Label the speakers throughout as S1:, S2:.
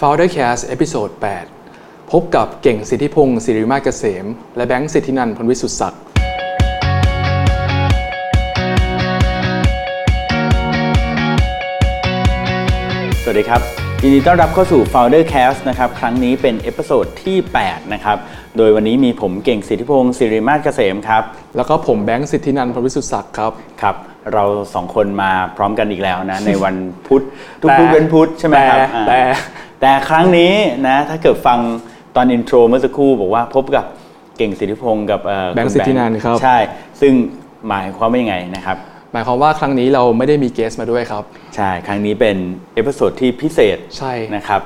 S1: Foundercast เอพิโซด8พบกับเก่งสิทธิพงศ์สิริมาศเกษม และแบงค์สิทธินันท์พลวิสุทธิศักดิ์
S2: สวัสดีครับ ยินดีต้อนรับเข้าสู่ Founder Cast นะครับ ครั้งนี้เป็นเอพิโซดที่ 8 นะครับ โดยวันนี้มีผมเก่งสิทธิพงศ์สิริมาศเกษมครับ
S1: แล้วก็ผมแบงค์สิทธินันท์พลวิสุทธิศักดิ์ครับ
S2: ครับ เราสองคนมาพร้อมกันอีกแล้ว นะ ในวันพุธทุก
S1: แต่
S2: พุธเป็นพุธใช่ไหมครับ
S1: แต่
S2: อ่า
S1: แต่
S2: แต่ครั้งนี้นะ ถ้าเกิดฟังตอนอินโทรเมื่อสักครู่บอกว่าพบกับเก่งสิทธิพงศ์กับเอ่อ
S1: แบงค์
S2: คุณ
S1: สิทธินันท์ครับ
S2: ใช่ ซึ่งหมายความว่ายังไงนะครับ
S1: หมายความว่าครั้งนี้เราไม่ได้มีเกสมาด้วยครับ
S2: ใช่ ครั้งนี้เป็นเอพิโซดที่พิเศษ
S1: ใช่
S2: นะครับ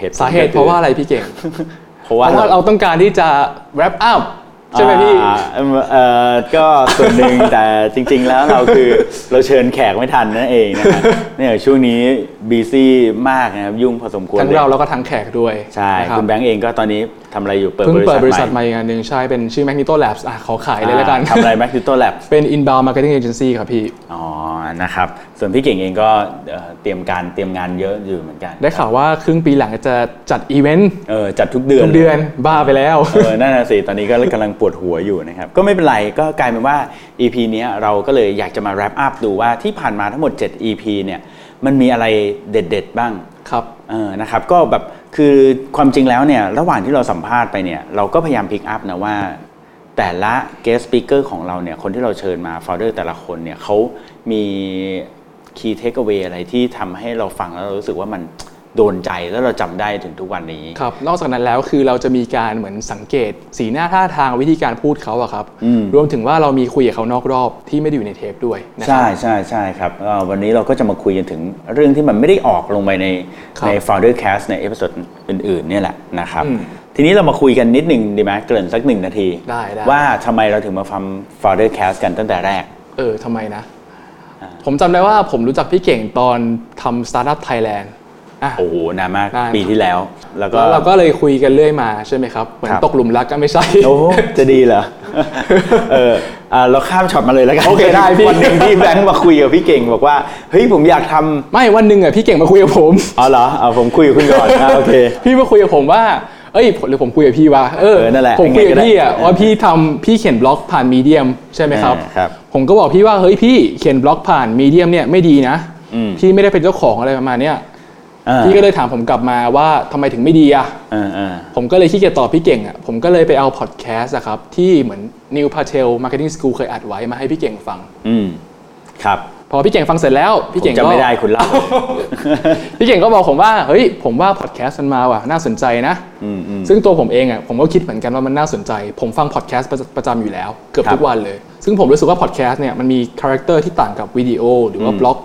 S2: ผล
S1: สาเหตุ
S2: ก็คือ
S1: เพราะว่าอะไรพี่เก่ง
S2: เพราะ
S1: เพ
S2: ว่า
S1: ราะว่า
S2: เรา
S1: เราต้องการที่จะ wrap up ใช่ไหมพี่
S2: อ่าเอิ่มเอ่อก็ส่วนหนึ่ง แต่จริง ๆ แล้วเราคือ เราเชิญแขกไม่ทันนั่นเองนะ ฮะเนี่ยช่วงนี้บีซี่มากนะครับยุ่งพอสมควร
S1: ทั้ง
S2: เลย
S1: เราแล้วก็ทั้งแขกด้วย
S2: ใช่
S1: นะรับ
S2: คุณแบงก์เองก็ตอนนี้ทำอะไรอยู่เปิด
S1: เพิ่ง
S2: บริ
S1: เปิด
S2: ษัท
S1: บริษัท
S2: ให
S1: ให
S2: ม่
S1: ม่อีกอันหนึ่งใช่เป็นชื่อ Magneto Labs อ่ะขอขายเลยแล้วกัน
S2: ทำอะไรแม็กซิโตแลบ
S1: เป็น inbound marketing agency ครับพี่
S2: อ๋อนะครับ ส่วนพี่เก่งเองก็เอ่อเตรียมการเตรียมงานเยอะอยู่เหมือนกัน
S1: ได้ข่าวว่าครึ่งปีหลังจะจัดอีเวนต์
S2: เออจัดทุกเดือน
S1: ทุกเดือนบ้าไปแล้ว
S2: เออนั่นน่ะสิตอนนี้ก็กำลังปวดหัวอยู่นะครับ ก็ไม่เป็นไรก็กลายเป็นว่า EP เนี้ยเราก็เลยอยากจะมา wrap up ดูว่าที่ผ่านมาทั้งหมด 7 EP เนี่ยมันมีอะไรเด็ด ๆ บ้าง
S1: ครับ
S2: เออนะครับ ก็แบบ คือความจริงแล้วเนี่ย ระหว่างที่เราสัมภาษณ์ไปเนี่ย เราก็พยายามพิกอัพนะว่า แต่ละ guest speaker ของเราเนี่ย คนที่เราเชิญมา founder แต่ละคนเนี่ยเขามี key takeaway อะไรที่ทำให้เราฟังแล้วเรารู้สึกว่ามันโดนใจแล้วเราจำได้ถึงทุกวันนี้
S1: ครับ นอกจากนั้นแล้วคือเราจะมีการเหมือนสังเกต สีหน้าท่าทางวิธีการพูดเขาอะครับ
S2: อืม
S1: รวมถึงว่าเรามีคุยกับเขานอกรอบที่ไม่ได้อยู่ในเทปด้วยนะค
S2: ใช่
S1: รับ
S2: ใช่ใช่ครับเอ่อวันนี้เราก็จะมาคุยกันถึงเรื่องที่มันไม่ได้ออกลงไปใน
S1: ครับ
S2: ใน Founder Cast ในเอพิ o d ดอื่นๆเนี่ยแหละนะครับ
S1: อืม
S2: ทีนี้เรามาคุยกันนิดหนึ่งดีไหมเกริ่นสักหนึ่งนาที
S1: ได้ได้
S2: ว่าทำไมเราถึงมาทำ Founder Cast กันตั้งแต่แรก
S1: เออทำไมนะ ผมจำได้ว่าผมรู้จักพี่เก่งตอนทำ Startup Thailand อ่ะ
S2: โอ้โหนานมาก
S1: นาน
S2: ปีที่แล้ว แล้วก็
S1: แล้วเราก็เลยคุยกันเรื่อยมาใช่ไหมครับ เหมือน
S2: ครับ
S1: ตกหลุมรักก็ไม่ใช่
S2: โอ้โหจะดี เหรอ เอออ่ะเราข้ามช็อตมาเลยแล้วกัน
S1: โอเคได้พี่
S2: วันหนึ่งที่แบงค์มาคุยกับพี่เก่งบอกว่าเฮ้ยผมอยากทำ
S1: ไม่วันหนึ่งอะพี่เก่งมาคุยกับผม
S2: อ๋อเหรอเอาผมคุยกับคุณก่อนอ่ะโอเค
S1: พี่มาคุยกับผมว่า เอ้ยหรือผมคุยกับพี่ว่าเออ
S2: เออนั่นแหละ
S1: ผมคุยกับพี่อ่ะ
S2: ยังไงก็ได้
S1: ว่าพี่ทำพี่เขียนบล็อกผ่านมีเดียมใช่ไหมครับ
S2: อ่าครับ
S1: ผมก็บอกพี่ว่าเฮ้ยพี่เขียนบล็อกผ่านมีเดียมเนี่ยไม่ดีนะ
S2: อืม
S1: พี่ไม่ได้เป็นเจ้าของอะไรประมาณเนี้ย
S2: อ่า
S1: พี่ก็เลยถามผมกลับมาว่าทำไมถึงไม่ดีอ่ะ
S2: อ่าอ่า
S1: ผมก็เลยขี้เกียจตอบพี่เก่งอ่ะ ผมก็เลยไปเอาพอดแคสต์อะครับ ที่เหมือน New Patel Marketing School เคยอัดไว้มาให้พี่เก่งฟัง
S2: อืม ครับ
S1: พอพี่เก่งฟังเสร็จแล้วพี่
S2: ผ
S1: เก่
S2: ม
S1: ง
S2: จำ
S1: ก็
S2: ไม่ได้ คุณเล่า
S1: พี่เก่งก็บอกผมว่าเฮ้ยผมว่าพอดแคสต์มันมาว่ะน่าสนใจนะ
S2: อืมอืม
S1: ซึ่งตัวผมเองอ่ะผมก็คิดเหมือนกันว่ามันน่าสนใจ ผมฟังพอดแคสต์ประประจำอยู่แล้ว เกือบ
S2: ครับ
S1: ทุกวันเลย ซึ่งผมรู้สึกว่าพอดแคสต์เนี่ยมันมีคาแรคเตอร์ที่ต่างกับวิดีโอหรือว่าบล็อก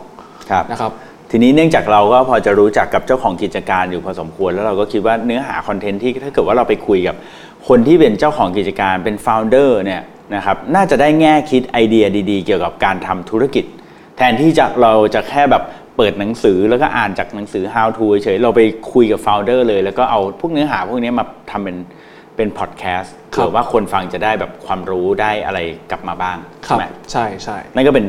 S2: ครับ
S1: นะครับ
S2: ทีนี้เนื่องจากเราก็พอจะรู้จักกับเจ้าของกิจการอยู่พอสมควร แล้วเราก็คิดว่าเนื้อหาคอนเทนต์ที่ถ้าเกิดว่าเราไปคุยกับคนที่เป็นเจ้าของกิจการเป็น f o u เดอร์เนี่ยนะครับน่าจะได้แง่คิดไอเดียดีๆ เกี่ยวกับการทำธุรกิจ แทนที่จะเราจะแค่แบบเปิดหนังสือแล้วก็อ่านจากหนังสือ how to เฉยๆเราไปคุยกับ f o u เดอร์เลย แล้วก็เอาพวกเนื้อหาพวกนี้มาทำเป็นเป็นพอดแคสต์
S1: ครับ
S2: เผื่อว่าคนฟังจะได้แบบความรู้ได้อะไรกลับมาบ้าง
S1: ครั
S2: ใช่
S1: บ
S2: ไหม
S1: ใช่ใช่
S2: นั่นก็เป็น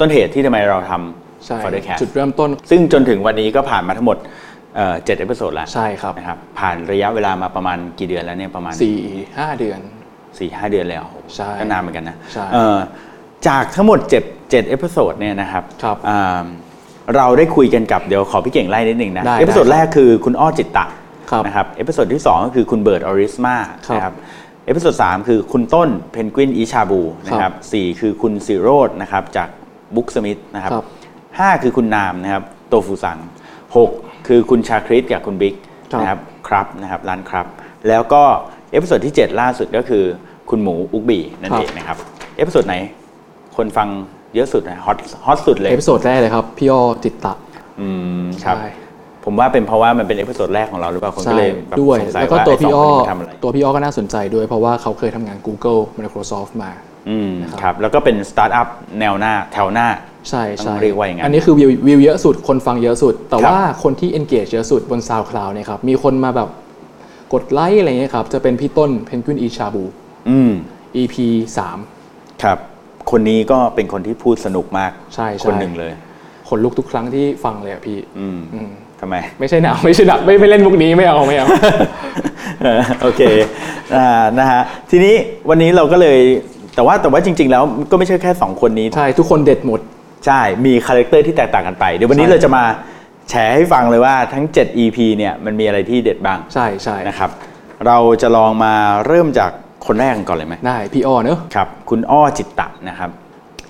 S2: ต้นเหตุที่ทำไมเราทำ
S1: ใช่
S2: f o u เดอร์แคส
S1: จุดเริ่มต้น
S2: ซึ่งจนถึงวันนี้ก็ผ่านมาทั้งหมดเอ่อเจ็ดเอพิโซดแล้ว
S1: ใช่ครับ
S2: นะครับผ่านระยะเวลามาประมาณกี่เดือนแล้วเนี่ยประมาณ
S1: สี่ห้าเดือน
S2: สี่ห้าเดือนแล้วโอ้โห
S1: ใช่
S2: ก็นานเหมือนกันนะ
S1: ใช่
S2: เอ่อจากทั้งหมดเจ็ดเจ็ดเอพิโซดเนี่ยนะครับ
S1: ครับ
S2: อ่าเราได้คุยกันกับเดี๋ยวขอพี่เก่งไล่นิดหนึ่งนะ
S1: ได้
S2: เอพิโซด
S1: ได้ครับ
S2: แรกคือคุณอ้อจิตตะ
S1: ครับ
S2: นะครับเอพิโซดที่ 2 ก็คือคุณเบิร์ดออริสมา
S1: ครับ
S2: นะครับเอพิโซดสามคือคุณต้นเพนกวินอีชาบูนะครับสี่คือคุณสิโรดนะครับจากบุ๊กสมิธนะครับ
S1: ครับ
S2: ห้าคือคุณนามนะครับโตฟูสังหกคือคุณชาคริสกับคุณบิ๊ก
S1: ครับ
S2: นะครับครับนะครับร้านครับ แล้วก็เอพิโซดที่ 7 ล่าสุดก็คือคุณหมูอุกบีนั่นเองนะครับเอพิโซดไหน คนฟังเยอะสุดนะฮอตฮอตสุดเลย
S1: เอพิโซดแรกเลยครับ พี่อ้อจิตตะ
S2: อืมครับ
S1: ใช่
S2: ผมว่าเป็นเพราะว่ามันเป็นเอพิโซดแรกของเราหรือเปล่าคน
S1: ใช่
S2: ก็เลยแบบ
S1: ด้วย
S2: สงสัย
S1: แล้วก็
S2: ว่า
S1: ตัว
S2: ไอ้ส
S1: พี่
S2: อง
S1: อ้อ
S2: คนนี้มันทำอะไร
S1: ตัวพี่อ้อก็น่าสนใจด้วยเพราะว่าเขาเคยทำงาน Google Microsoft มา
S2: อืม
S1: นะครับ
S2: ครับแล้วก็เป็นสตาร์ทอัพแนวหน้าแถวหน้า
S1: ใช่
S2: ต้อง
S1: ใช่
S2: เรียกว่าอย่างนั้น
S1: นนี้คือวิววิวเยอะสุด คนฟังเยอะสุด แต่
S2: ครับ
S1: ว่าคนที่ engage เยอะสุดบน SoundCloud เนี่ยครับ มีคนมาแบบกดไลค์อะไรเงี้ยครับ จะเป็นพี่ต้น Penguin e c h a b u
S2: อืม
S1: EP
S2: ครับ คนนี้ก็เป็นคนที่พูดสนุกมาก
S1: ใช่ใช่
S2: คนหนึ่งเลย
S1: 3 คนลุกทุกครั้งที่ฟังเลยอะพี่
S2: อืม
S1: อืม
S2: ทำ ำไม
S1: ไม่ใช่หนาวไม่ใช่หนักไม่ไม่เล่นมุกนี้ไม่เอาไม่เอา
S2: เออโอเคอ่านะฮะทีนี้วันนี้เราก็เลยแต่ว่าแต่ว่าจริง ๆ แล้วก็ไม่ใช่แค่ 2 คนนี้
S1: ใช่ทุกคนเด็ดหมด
S2: ใช่ มีคาแรคเตอร์ที่แตกต่างกันไป เดี๋ยววันนี้
S1: ใช่
S2: เราจะมาแชร์ให้ฟังเลยว่าทั้ง 7 EP เนี่ยมันมีอะไรที่เด็ดบ้าง
S1: ใช่ใช่
S2: นะครับ เราจะลองมาเริ่มจากคนแรกกันก่อนเลยไหม
S1: ได้พี่อ้อเนอะ
S2: ครับคุณอ้อจิตตะนะครับ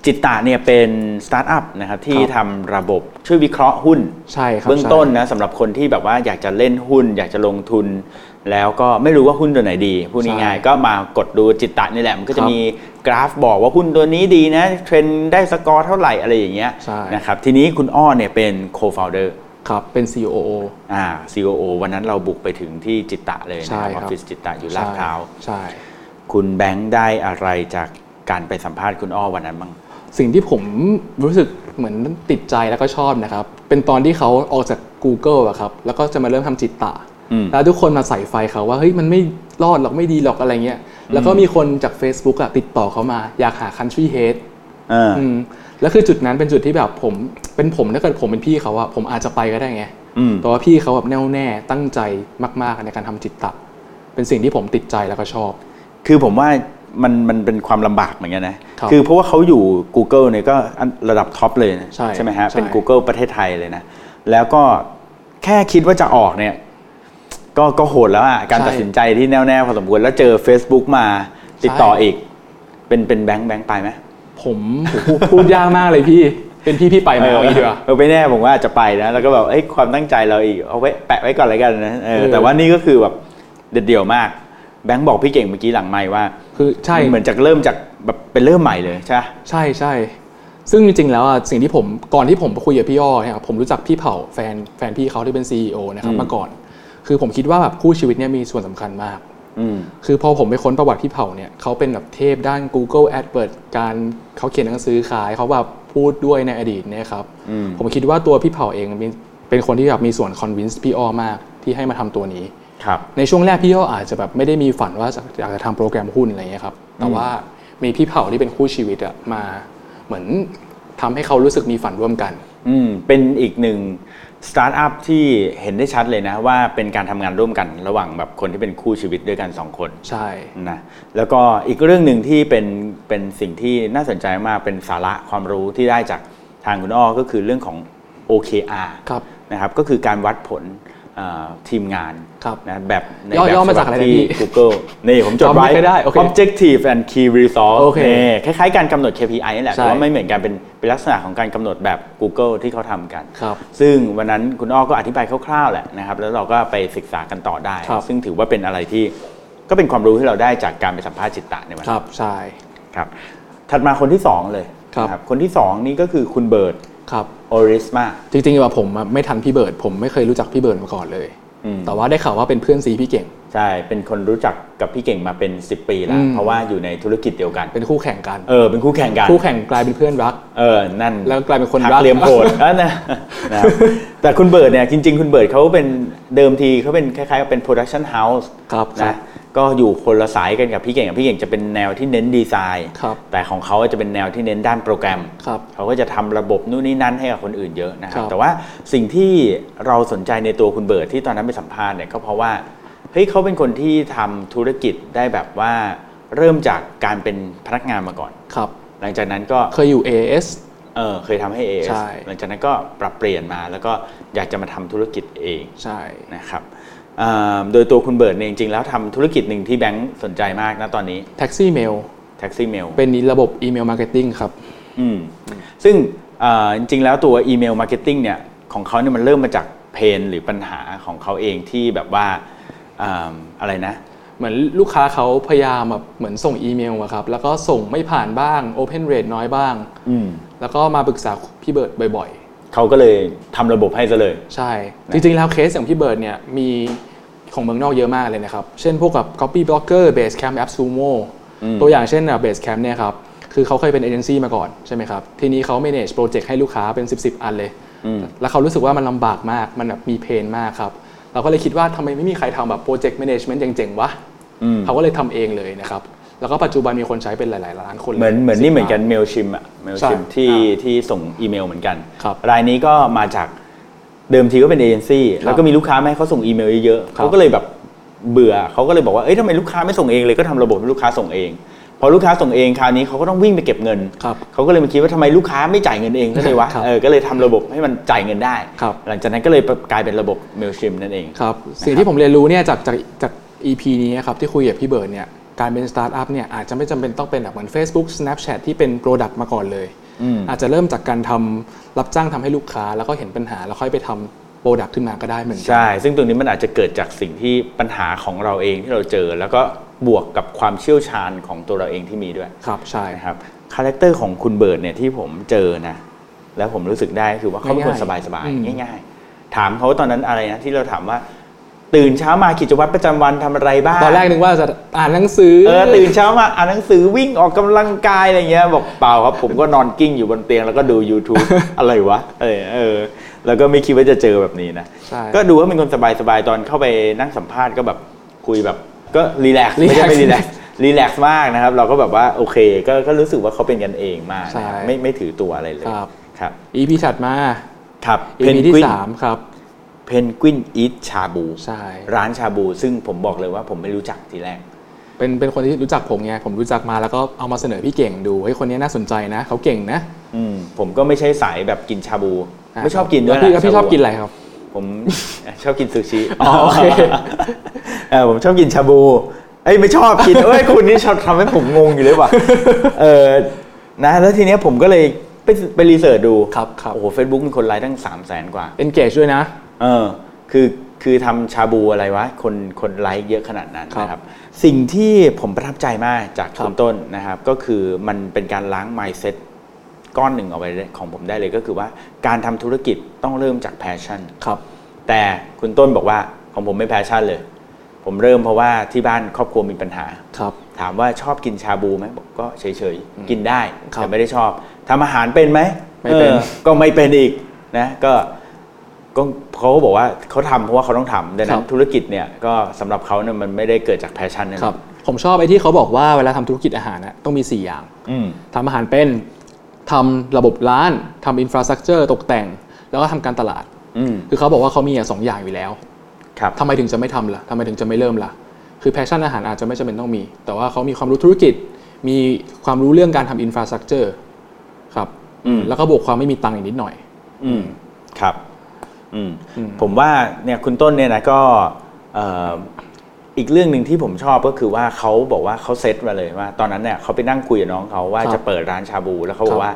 S2: จิตตะเนี่ยเป็นสตาร์ทอัพนะครับที่
S1: ครับ
S2: ทำระบบช่วยวิเคราะห์หุ้น
S1: ใช่ครับ
S2: เบื้องต้นนะสำหรับคนที่แบบว่าอยากจะเล่นหุ้น อยากจะลงทุน แล้วก็ไม่รู้ว่าหุ้นตัวไหนดีพูด
S1: ใช่
S2: ง่ายๆก็มากดดูจิตตะนี่แหละ มันก็
S1: ค
S2: จะ
S1: รับ
S2: มีกราฟบอกว่าหุ้นตัวนี้ดีนะ เทรนด์ได้สกอร์เท่าไหร่อะไรอย่างเงี้ย
S1: ใช่
S2: นะครับทีนี้คุณอ้อเนี่ยเป็นโคฟ o u เดอร์
S1: ครับเป็น COO
S2: อ่า COO วันนั้นเราบุกไปถึงที่จิตตะเลยนะ
S1: ใช่
S2: ค
S1: ครั
S2: รับบ ออฟฟิศจิตตะอยู่ลาดพร้าว
S1: ใช่
S2: คุณแบงค์ได้อะไรจากการไปสัมภาษณ์คุณอ้อวันนั้นบ้าง
S1: สิ่งที่ผมรู้สึกเหมือนติดใจแล้วก็ชอบนะครับ เป็นตอนที่เขาออกจาก Google อะครับ แล้วก็จะมาเริ่มทำจิตตะ
S2: อืม
S1: แล้วทุกคนมาใส่ไฟเขาว่า เฮ้ย มันไม่รอดหรอกไม่ดีหรอกอะไรเงี้ย แล้วก็มีคนจาก Facebook อะติดต่อเขามา อยากหา country head
S2: เออ
S1: อืมแล้วคือจุดนั้นเป็นจุดที่แบบผม เป็นผมถ้าเกิดผมเป็นพี่เขาอะผมอาจจะไปก็ได้ไง
S2: อืม
S1: แต่ว่าพี่เขาแบบแน่วแน่ตั้งใจมาก ๆ ในการทำจิตตะ เป็นสิ่งที่ผมติดใจแล้วก็ชอบ
S2: คือผมว่ามันมันเป็นความลำบากเหมือนกันนะครับ อเพราะว่าเขาอยู่ Google เนี่ยก็อันระดับท็อปเลยนะ
S1: ใช่
S2: ไหมฮะ
S1: ใช่
S2: เป็น Google ประเทศไทยเลยนะ แล้วก็แค่คิดว่าจะออกเนี่ย ก็ก็โหดแล้วอ่ะ การตัดสินใจที่แน่วแน่พอสมควร แล้วเจอ Facebook มาติดต่ออีก เป็นเป็นแบงค์แบงค์ไปไหม
S1: ผมผมพูดพูดยากมากเลยพี่ เป็นพี่พี่ไปไหมเอาอย่างนี้ดีกว่า
S2: เออไม่แน่ผมว่าอาจจะไปนะ แล้วก็แบบเอ้ยความตั้งใจเราอีกเอาไว้แปะไว้ก่อนแล้วกันนะเออ
S1: เออ
S2: แต่ว่านี่ก็คือแบบเด็ดเดี่ยวมาก แบงค์บอกพี่เก่งเมื่อกี้หลังไมค์ว่า
S1: คือใช่
S2: มันเหมือนจากเริ่มจากแบบเป็นเริ่มใหม่เลยใช่ปะ
S1: ใช่ใช่ ซึ่งจริงๆ แล้วอ่ะสิ่งที่ผมก่อนที่ผมไปคุยกับพี่อ้อเนี่ยครับผมรู้จักพี่เผ่าแฟนแฟนพี่เขาที่เป็น CEO นะครับ
S2: อืม
S1: มาก่อน คือผมคิดว่าแบบคู่ชีวิตเนี่ยมีส่วนสำคัญมาก
S2: อืม
S1: คือพอผมไปค้นประวัติพี่เผ่าเนี่ยเขาเป็นแบบเทพด้าน Google AdWords การเขาเขียนหนังสือขายเขาแบบพูดด้วยในอดีตเนะครับ
S2: อืม
S1: ผมคิดว่าตัวพี่เผ่าเองเป็นเป็นคนที่แบบมีส่วน convince พี่อ้อมากที่ให้มาทำตัวนี้
S2: ครับ
S1: ในช่วงแรกพี่ย่ออาจจะแบบไม่ได้มีฝันว่าจะอยากจะทำโปรแกรมหุ้นอะไรเงี้ยครับ แต่ว่ามีพี่เผาที่เป็นคู่ชีวิตอะมาเหมือนทำให้เขารู้สึกมีฝันร่วมกัน
S2: อืม เป็นอีกหนึ่งสตาร์ทอัพที่เห็นได้ชัดเลยนะ ว่าเป็นการทำงานร่วมกันระหว่างแบบคนที่เป็นคู่ชีวิตด้วยกัน 2 คน
S1: ใช่
S2: นะแล้วก็อีกเรื่องหนึ่งที่เป็นเป็นสิ่งที่น่าสนใจมากเป็นสาระความรู้ที่ได้จากทางคุณอ้อก็คือเรื่องของ OKR
S1: ครับ
S2: นะครับก็คือการวัดผลเอ่อทีมงาน
S1: ครับ
S2: นะแบบใน
S1: ย่อ
S2: แบบ
S1: ย่อมาจากอะไรนะ
S2: ที่
S1: พี่
S2: Google นี่ผมจด
S1: จำไม่
S2: ไว้
S1: ค่อยได้โอเค
S2: objective and key result
S1: โอเค
S2: นี่คล้ายๆการกำหนด KPI นั่นแหละ
S1: ใช่
S2: แต่ว่าไม่เหมือนกันเป็นเป็นลักษณะของการกำหนดแบบ Google ที่เขาทำกัน
S1: ครับ
S2: ซึ่งวันนั้นคุณอ้อก็อธิบายคร่าวๆแหละนะครับ แล้วเราก็ไปศึกษากันต่อได้
S1: ครับ
S2: ซึ่งถือว่าเป็นอะไรที่ก็เป็นความรู้ที่เราได้จากการไปสัมภาษณ์จิตตะในวัน
S1: ค
S2: นั้น
S1: รับใช่
S2: ครับถัดมาคนที่สองเลย
S1: ครับ
S2: นะคนที่สองนี่ก็คือคุณเบิร์ต
S1: ครับ
S2: โอริสมา
S1: จริงๆว่าผมอะไม่ทันพี่เบิร์ดผมไม่เคยรู้จักพี่เบิร์ดมาก่อนเลย
S2: อืม
S1: แต่ว่าได้ข่าวว่าเป็นเพื่อนซีพี่เก่ง
S2: ใช่ เป็นคนรู้จักกับพี่เก่งมาเป็น 10 ปีแล้ว
S1: อืม
S2: เพราะว่าอยู่ในธุรกิจเดียวกัน
S1: เป็นคู่แข่งกัน
S2: เออ เป็นคู่แข่งกัน
S1: คู่แข่งกลายเป็นเพื่อนรัก
S2: เออ นั่น
S1: แล้วกลายเป็นคน
S2: หั
S1: รัก
S2: กเหลียม โหด นั่นนะนะครับแต่คุณเบิร์ดเนี่ย จริง ๆ คุณเบิร์ดเขาเป็นเดิมทีเขาเป็นคล้ายๆกับเป็น production house
S1: ครับครั
S2: นะ
S1: บ
S2: ก็อยู่คนละสายกันกับพี่เก่งพี่เก่งจะเป็นแนวที่เน้นดีไซน์
S1: ครับ
S2: แต่ของเขาจะเป็นแนวที่เน้นด้านโปรแกรม
S1: ครับ
S2: เขาก็จะทำระบบนู่นนี่นั่นให้กับคนอื่นเยอะนะครับ
S1: ครับ
S2: แต่ว่าสิ่งที่เราสนใจในตัวคุณเบิร์ดที่ตอนนั้นไปสัมภาษณ์เนี่ยก็เพราะว่าเฮ้ยเขาเป็นคนที่ทำธุรกิจได้แบบว่าเริ่มจากการเป็นพนักงานมาก่อน
S1: ครับ
S2: หลังจากนั้นก็
S1: เคยอยู่ AS
S2: เออเคยทำให้ AS
S1: ใช่
S2: หลังจากนั้นก็ปรับเปลี่ยนมาแล้วก็อยากจะมาทำธุรกิจเอง
S1: ใช่
S2: นะครับเอ่อโดยตัวคุณเบิร์ดเนี่ยจริงๆ แล้วทำธุรกิจหนึ่งที่แบงค์สนใจมากนะตอนนี้
S1: Taxi Mail
S2: Taxi Mail
S1: เป็นระบบอีเมลมาร์เก็ตติ้งครับ
S2: อืมซึ่งเอ่อจริงๆ แล้วตัวอีเมลมาร์เก็ตติ้งเนี่ยของเขาเนี่ยมันเริ่มมาจากเพนหรือปัญหาของเขาเองที่แบบว่าเอิ่มอะไรนะ
S1: เหมือนลูกค้าเขาพยายามแบบเหมือนส่งอีเมลอะครับ แล้วก็ส่งไม่ผ่านบ้าง Open Rate น้อยบ้าง
S2: อืม
S1: แล้วก็มาปรึกษาพี่เบิร์ดบ่อย
S2: เขาก็เลยทำระบบให้ซะเลย
S1: ๆ ใช่ จริงๆ แล้วเคสอย่างพี่เบิร์ดเนี่ยมีของเมืองนอกเยอะมากเลยนะครับ เช่นพวกกับ Copy Blocker Basecamp App Sumo
S2: อืม
S1: ตัวอย่างเช่นอ่ะ Basecamp เนี่ยครับ คือเขาเคยเป็นเอเจนซี่มาก่อนใช่ไหมครับ ทีนี้เขา manage โปรเจกต์ให้ลูกค้าเป็น 10บอันเลย
S2: อืม
S1: แล้วเขารู้สึกว่ามันลำบากมาก มันแบบมีเพนมากครับ เราก็เลยคิดว่าทำไมไม่มีใครทำแบบโปรเจกต์แมネจเมนต์เจ๋งๆวะ
S2: อืม
S1: เขาก็เลยทำเองเลยนะครับ แล้วก็ปัจจุบันมีคนใช้เป็นหลาย ๆ ล้านคนลย
S2: เหมือนเหมือนนี่เหมือนกันเมลชิมอะเมลชิม
S1: ใช่
S2: ที่
S1: อ่
S2: ที่ส่งอีเมลเหมือนกัน
S1: ครับ
S2: ยนี้ก็มาจาก เดิมทีก็เป็นเอเจนซี่แล้วก็มีลูกค้ามาให้เขาส่งอีเมลเยอะๆเขาก็เลยแบบเบื่อเขาก็เลยบอกว่าเอ้ยทำไมลูกค้าไม่ส่งเองเลยก็ทำระบบให้ลูกค้าส่งเอง พอลูกค้าส่งเองคราวนี้เขาก็ต้องวิ่งไปเก็บเงิน
S1: ครับ
S2: เขาก็เลยมาคิดว่าทำไมลูกค้าไม่จ่ายเงินเองก็เลยวะ
S1: ครับ
S2: เออก็เลยทำระบบให้มันจ่ายเงินได้
S1: ครับ
S2: หลังจากนั้นก็เลยกลายเป็นระบบเมลชิมนั่นเอง
S1: ครับสิ่งที่ผมเรียนรู้เนี่ยจากจากจาก EP นี้ครับที่คุยกับพี่เบิร์ดเนี่ยการเป็นสตาร์ทอัพเนี่ยอาจจะไม่จำเป็นต้องเป็นแบบเหมือน Facebook Snapchat ที่เป็นโปรดักต์มาก่อนเลย
S2: อืม
S1: อาจจะเริ่มจากการทำรับจ้างทำให้ลูกค้า แล้วก็เห็นปัญหาแล้วค่อยไปทำโปรดักต์ขึ้นมาก็ได้เหมือนกั
S2: ใช่ ซึ่งตรงนี้มันอาจจะเกิดจากสิ่งที่ปัญหาของเราเองที่เราเจอ แล้วก็บวกกับความเชี่ยวชาญของตัวเราเองที่มีด้วย
S1: ครับใช่
S2: นะครับ คาแรคเตอร์ของคุณเบิร์ดเนี่ยที่ผมเจอนะ แล้วผมรู้สึกได้คือว่าเขาเป็นคนสบายสบาย
S1: อืม
S2: ๆง่ายๆ ถามเขาว่าตอนนั้นอะไรนะที่เราถามว่า ตื่นเช้ามากิจวัตรประจำวันทำอะไรบ้าง
S1: ตอนแรกนึกว่าจะอ่านหนังสือ
S2: เออตื่นเช้ามาอ่านหนังสือวิ่งออกกำลังกายอะไรเงี้ยบอกเปล่าครับ ผมก็นอนกิ้งอยู่บนเตียงแล้วก็ดู YouTube อะไรวะเออเออ แล้วก็ไม่คิดว่าจะเจอแบบนี้นะ
S1: ใช่
S2: ก็ดูว่าเป็นคนสบายๆ ตอนเข้าไปนั่งสัมภาษณ์ก็แบบคุยแบบ ก็รีแลกซ์ไม่
S1: relax
S2: ใช่ไม่รีแลกซ์รีแลกซ์มากนะครับ เราก็แบบว่าโอเคก็ก็รู้สึกว่าเขาเป็นกันเองมากนะครับ
S1: ใช่
S2: ไม่ไม่ถือตัวอะไรเลย
S1: ครับ
S2: ครับ
S1: EP ถัดมา
S2: ครับ
S1: EP ที่สามครับ
S2: เพนกวินอีทชาบู
S1: ใช่
S2: ร้านชาบู ซึ่งผมบอกเลยว่าผมไม่รู้จักทีแรก
S1: เป็นเป็นคนที่รู้จักผมไงผมรู้จักมาแล้วก็เอามาเสนอพี่เก่งดูเฮ้ยคนนี้น่าสนใจนะเขาเก่งนะ
S2: อืมผมก็ไม่ใช่สายแบบกินชาบู
S1: ะ
S2: ไม่ชอบกินด้ว
S1: แล้
S2: ย
S1: วพี่
S2: นะ
S1: พี่ชอบกินอะไร
S2: าะ
S1: ครับ
S2: ผม ชอบกินซูชิ
S1: อ๋อโอเค
S2: เออผมชอบกินชาบูเอ้ยไม่ชอบกินเอ้ยคุณนี่ชอบทำให้ผมงงอยู่เลยว่ะเออนะแล้วทีเนี้ยผมก็เลยไปไปรีเสิร์ชดู
S1: ครับครับ
S2: โอ้โหเฟซบุ๊กมีคนไลค์ตั้ง3 0 0แสนกว่า
S1: engage ด้วยนะ
S2: เออคือคือทำชาบูอะไรวะ คนคนไลค์เยอะขนาดนั้น
S1: ครับ
S2: นะครับ สิ่งที่ผมประทับใจมากจาก
S1: ครับ
S2: คุณต้นนะครับ ก็คือมันเป็นการล้าง mindset ก้อนหนึ่งเอาไว้ของผมได้เลยก็คือว่าการทำธุรกิจต้องเริ่มจาก passion
S1: ครับ
S2: แต่คุณต้นบอกว่าของผมไม่ passion เลย ผมเริ่มเพราะว่าที่บ้านครอบครัวมีปัญหา
S1: ครับ
S2: ถามว่าชอบกินชาบูไหมบอกก็เฉยๆ กินได้
S1: ครับ
S2: แต่ไม่ได้ชอบทำอาหารเป็นไหม
S1: ไม่เป็น
S2: ออก็ไม่เป็นอีกนะก็ก็เขาก็บอกว่าเขาทำเพราะว่าเขาต้องทำดังนั้นธุรกิจเนี่ยก็สำหรับเขาเนี่ยมันไม่ได้เกิดจากแพชชั่นนะครับ
S1: ผมชอบไอ้ที่เขาบอกว่าเวลาทำธุรกิจอาหารนะต้องมี 4 อย่าง
S2: อืม
S1: ทำอาหารเป็นทำระบบร้านทำอินฟราสตรักเจอร์ตกแต่ง แล้วก็ทำการตลาด
S2: อืม
S1: คือเขาบอกว่าเขามีอย่างสองอย่างอยู่แล้ว
S2: ครับ
S1: ทำไมถึงจะไม่ทำล่ะทำไมถึงจะไม่เริ่มล่ะ คือแพชชั่นอาหารอาจจะไม่จำเป็นต้องมี แต่ว่าเขามีความรู้ธุรกิจ มีความรู้เรื่องการทำอินฟราสตรักเจอร์ครับ
S2: อืม
S1: แล้วก็บวกความไม่มีตังค์อีกนิดหน่อย
S2: อืมครับอืม
S1: อืม
S2: ผมว่าเนี่ยคุณต้นเนี่ยนะก็เอ่ออีกเรื่องหนึ่งที่ผมชอบก็คือว่าเขาบอกว่าเขาเซตมาเลยว่า ตอนนั้นเนี่ยเขาไปนั่งคุยกับน้องเขาว่า
S1: ครับ
S2: จะเปิดร้านชาบู แล้วเขาบ
S1: ค
S2: อ
S1: รั
S2: ก
S1: บ
S2: ว่า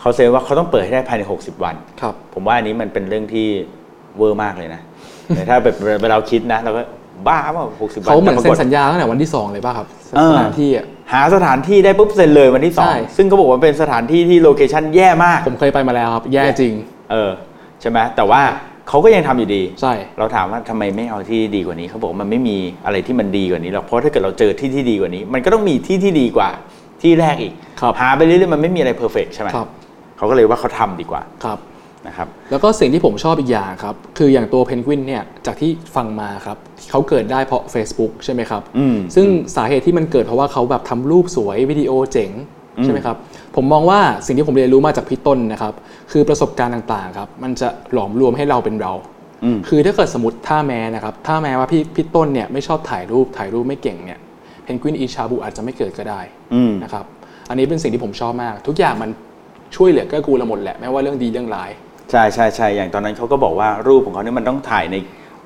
S2: เขาเซตว่าเขาต้องเปิดให้ได้ภายใน 60 วัน
S1: ครับ
S2: ผมว่าอันนี้มันเป็นเรื่องที่เวอร์มาก เลยนะ แต่ถ้าแบบเวลาเราคิดนะเราก็บ้าเปล่า60 วัน
S1: เขาเหมือน
S2: แต่ปร
S1: เซ็
S2: กฏ
S1: นสัญญาตั้งแต่วันที่สองเลยป่ะครับส
S2: เออ
S1: ถานที่อะ
S2: หาสถานที่ได้ปุ๊บเซ็นเลยวันที่สอง
S1: ใช่
S2: ซึ่งเขาบอกว่าเป็นสถานที่ที่โลเคชั่นแย่มาก
S1: ผมเคยไปมาแล้วครับ แย่จริง
S2: เออใช่ไหมแต่ว่าเขาก็ยังทำอยู่ดี
S1: ใช่
S2: เราถามว่าทำไมไม่เอาที่ดีกว่านี้เขาบอกว่ามันไม่มีอะไรที่มันดีกว่านี้หรอกเพราะถ้าเกิดเราเจอที่ที่ดีกว่านี้ มันก็ต้องมีที่ที่ดีกว่าที่แรกอีก
S1: ครับ
S2: หาไปเรื่อยๆมันไม่มีอะไรเพอร์เฟกใช่ไหม
S1: ครับ
S2: เขาก็เลยว่าเขาทำดีกว่า
S1: ครับ
S2: นะครับ
S1: แล้วก็สิ่งที่ผมชอบอีกอย่างครับ คืออย่างตัวเพนกวินเนี่ย จากที่ฟังมาครับเขาเกิดได้เพราะ Facebook ใช่ไหมครับ
S2: อืม
S1: ซึ่งสาเหตุที่มันเกิดเพราะว่าเขาแบบทำรูปสวยวิดีโอเจ๋ง
S2: อืม
S1: ใช่ไหมครับ ผมมองว่าสิ่งที่ผมเรียนรู้มาจากพี่ต้นนะครับ คือประสบการณ์ต่างๆครับ มันจะหลอมรวมให้เราเป็นเรา
S2: อืม
S1: คือถ้าเกิดสมมติถ้าแม้นะครับ ถ้าแม้ว่าพี่พี่ต้นเนี่ยไม่ชอบถ่ายรูปถ่ายรูปไม่เก่งเนี่ยเพนกวินอีชาบูอาจจะไม่เกิดก็ได้
S2: อืม
S1: นะครับ อันนี้เป็นสิ่งที่ผมชอบมาก ทุกอย่างมันช่วยเหลือเกื้อกูลเราหมดแหละ ไม่ว่าเรื่องดีเรื่องร้าย
S2: ใช่ใช่ใช่อย่างตอนนั้นเขาก็บอกว่ารูปของเขาเนี่ยมันต้องถ่ายใน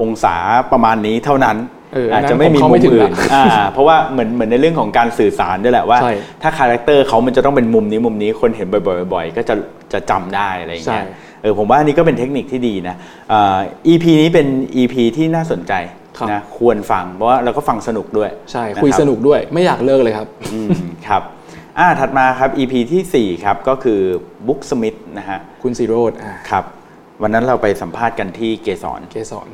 S2: องศาประมาณนี้เท่านั้น
S1: เอออัน
S2: อาจ
S1: นั้น
S2: จะไม่มี
S1: ผมเข้า
S2: มุ
S1: ไม่
S2: ม
S1: ถึง
S2: อื่น
S1: ละ
S2: อ่าเพราะว่าเหมือนเหมือนในเรื่องของการสื่อสารด้วยแหละว่า
S1: ใช่
S2: ถ้าคาแรคเตอร์เขามันจะต้องเป็นมุมนี้มุมนี้คนเห็นบ่อยๆบ่อยๆก็จะจะจำได้อะไรอย่างเงี้ย
S1: ใช่
S2: เออผมว่าอันนี้ก็เป็นเทคนิคที่ดีนะเอ่อ EP นี้เป็น EP ที่น่าสนใจ
S1: ครับ
S2: นะควรฟังเพราะว่าเราก็ฟังสนุกด้วย
S1: ใช่
S2: ะ
S1: คุย
S2: รับ
S1: สนุกด้วย ไม่อยากเลิกเลยครับ
S2: อืมครับอ่าถัดมาครับ EP ทีสี่4 ครับ ก็คือบุ๊กสมิธนะฮะ
S1: คุณซีโรดอ่ะ
S2: ครับ วันนั้นเราไปสัมภาษณ์กันที่เกสร
S1: เกสร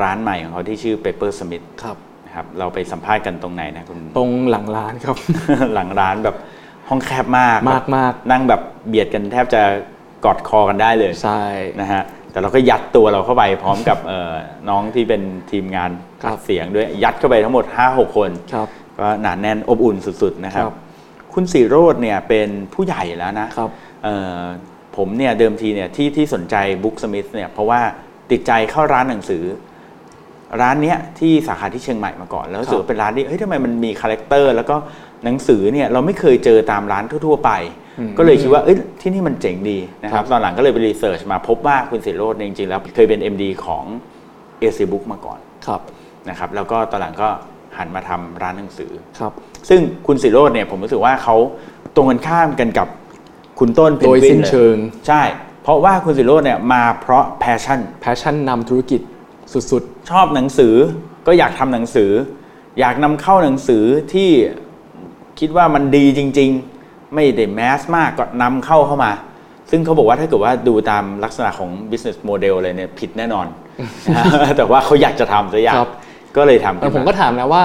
S2: ร้านใหม่ของเขาที่ชื่อ Paper Smith
S1: ครับ
S2: นะครับเราไปสัมภาษณ์กันตรงไหนนะคุณ
S1: ต รงหลังร้านครับ
S2: หลังร้านแบบห้องแคบมาก
S1: มากมาก
S2: นั่งแบบเบียดกันแทบจะกอดคอกันได้เลย
S1: ใช่
S2: นะฮะแต่เราก็ยัดตัวเราเข้าไปพร้อมกับเอ่อน้องที่เป็นทีมงาน
S1: ครับ
S2: อัดเสียงด้วยยัดเข้าไปทั้งหมด 5-6 คน
S1: ครับ
S2: ก็หนาแน่นอบอุ่นสุดๆนะครับ
S1: ครับ
S2: คุณสีโรดเนี่ยเป็นผู้ใหญ่แล้วนะครับ เอ่อผมเนี่ยเดิมทีเนี่ยที่ที่สนใจบุ๊กสมิธเนี่ยเพราะว่า ติดใจเข้าร้านหนังสือ ร้านเนี้ยที่สาขาที่เชียงใหม่มาก่อน แล้วรู้สึก
S1: ครับ
S2: ว่าเป็นร้านที่เฮ้ยทำไมมันมีคาแรคเตอร์แล้วก็หนังสือเนี่ยเราไม่เคยเจอตามร้านทั่ว ๆ ไป
S1: อืม
S2: ก็เลยคิดว่าเอ้ยที่นี่มันเจ๋งดีนะครั
S1: ครับ บ
S2: ตอนหลังก็เลยไปรีเสิร์ชมาพบว่าคุณศิโรจน์เนี่ยจริงๆแล้วเคยเป็น MD ของเอซีบุ๊กมาก่อน
S1: ครับ
S2: นะครับแล้วก็ตอนหลังก็หันมาทำร้านหนังสือ
S1: ครับ
S2: ซึ่งคุณศิโรจน์เนี่ยผมรู้สึกว่าเขาตรงกันข้ามกันกับคุณต้นเพน
S1: โด
S2: ก
S1: ย
S2: วิน
S1: สิ้น
S2: เลย
S1: เชิง
S2: ใช่ เพราะว่าคุณศิโรจน์เนี่ยมาเพราะแพชชั่น
S1: แพชชั่นนำธุรกิจสุด
S2: ชอบหนังสือก็อยากทำหนังสือ อยากนำเข้าหนังสือที่คิดว่ามันดีจริง ๆ ไม่ได้แมสมากก็นำเข้าเข้ามา ซึ่งเขาบอกว่าถ้าเกิดว่าดูตามลักษณะของ business model เลยเนี่ยผิดแน่น อน แต่ว่าเขาอยากจะทำซะอยาก
S1: ครับ
S2: ก็เลยทำ
S1: ๆ
S2: ขึ้
S1: แต่
S2: น
S1: ผมก็ถามนะว่า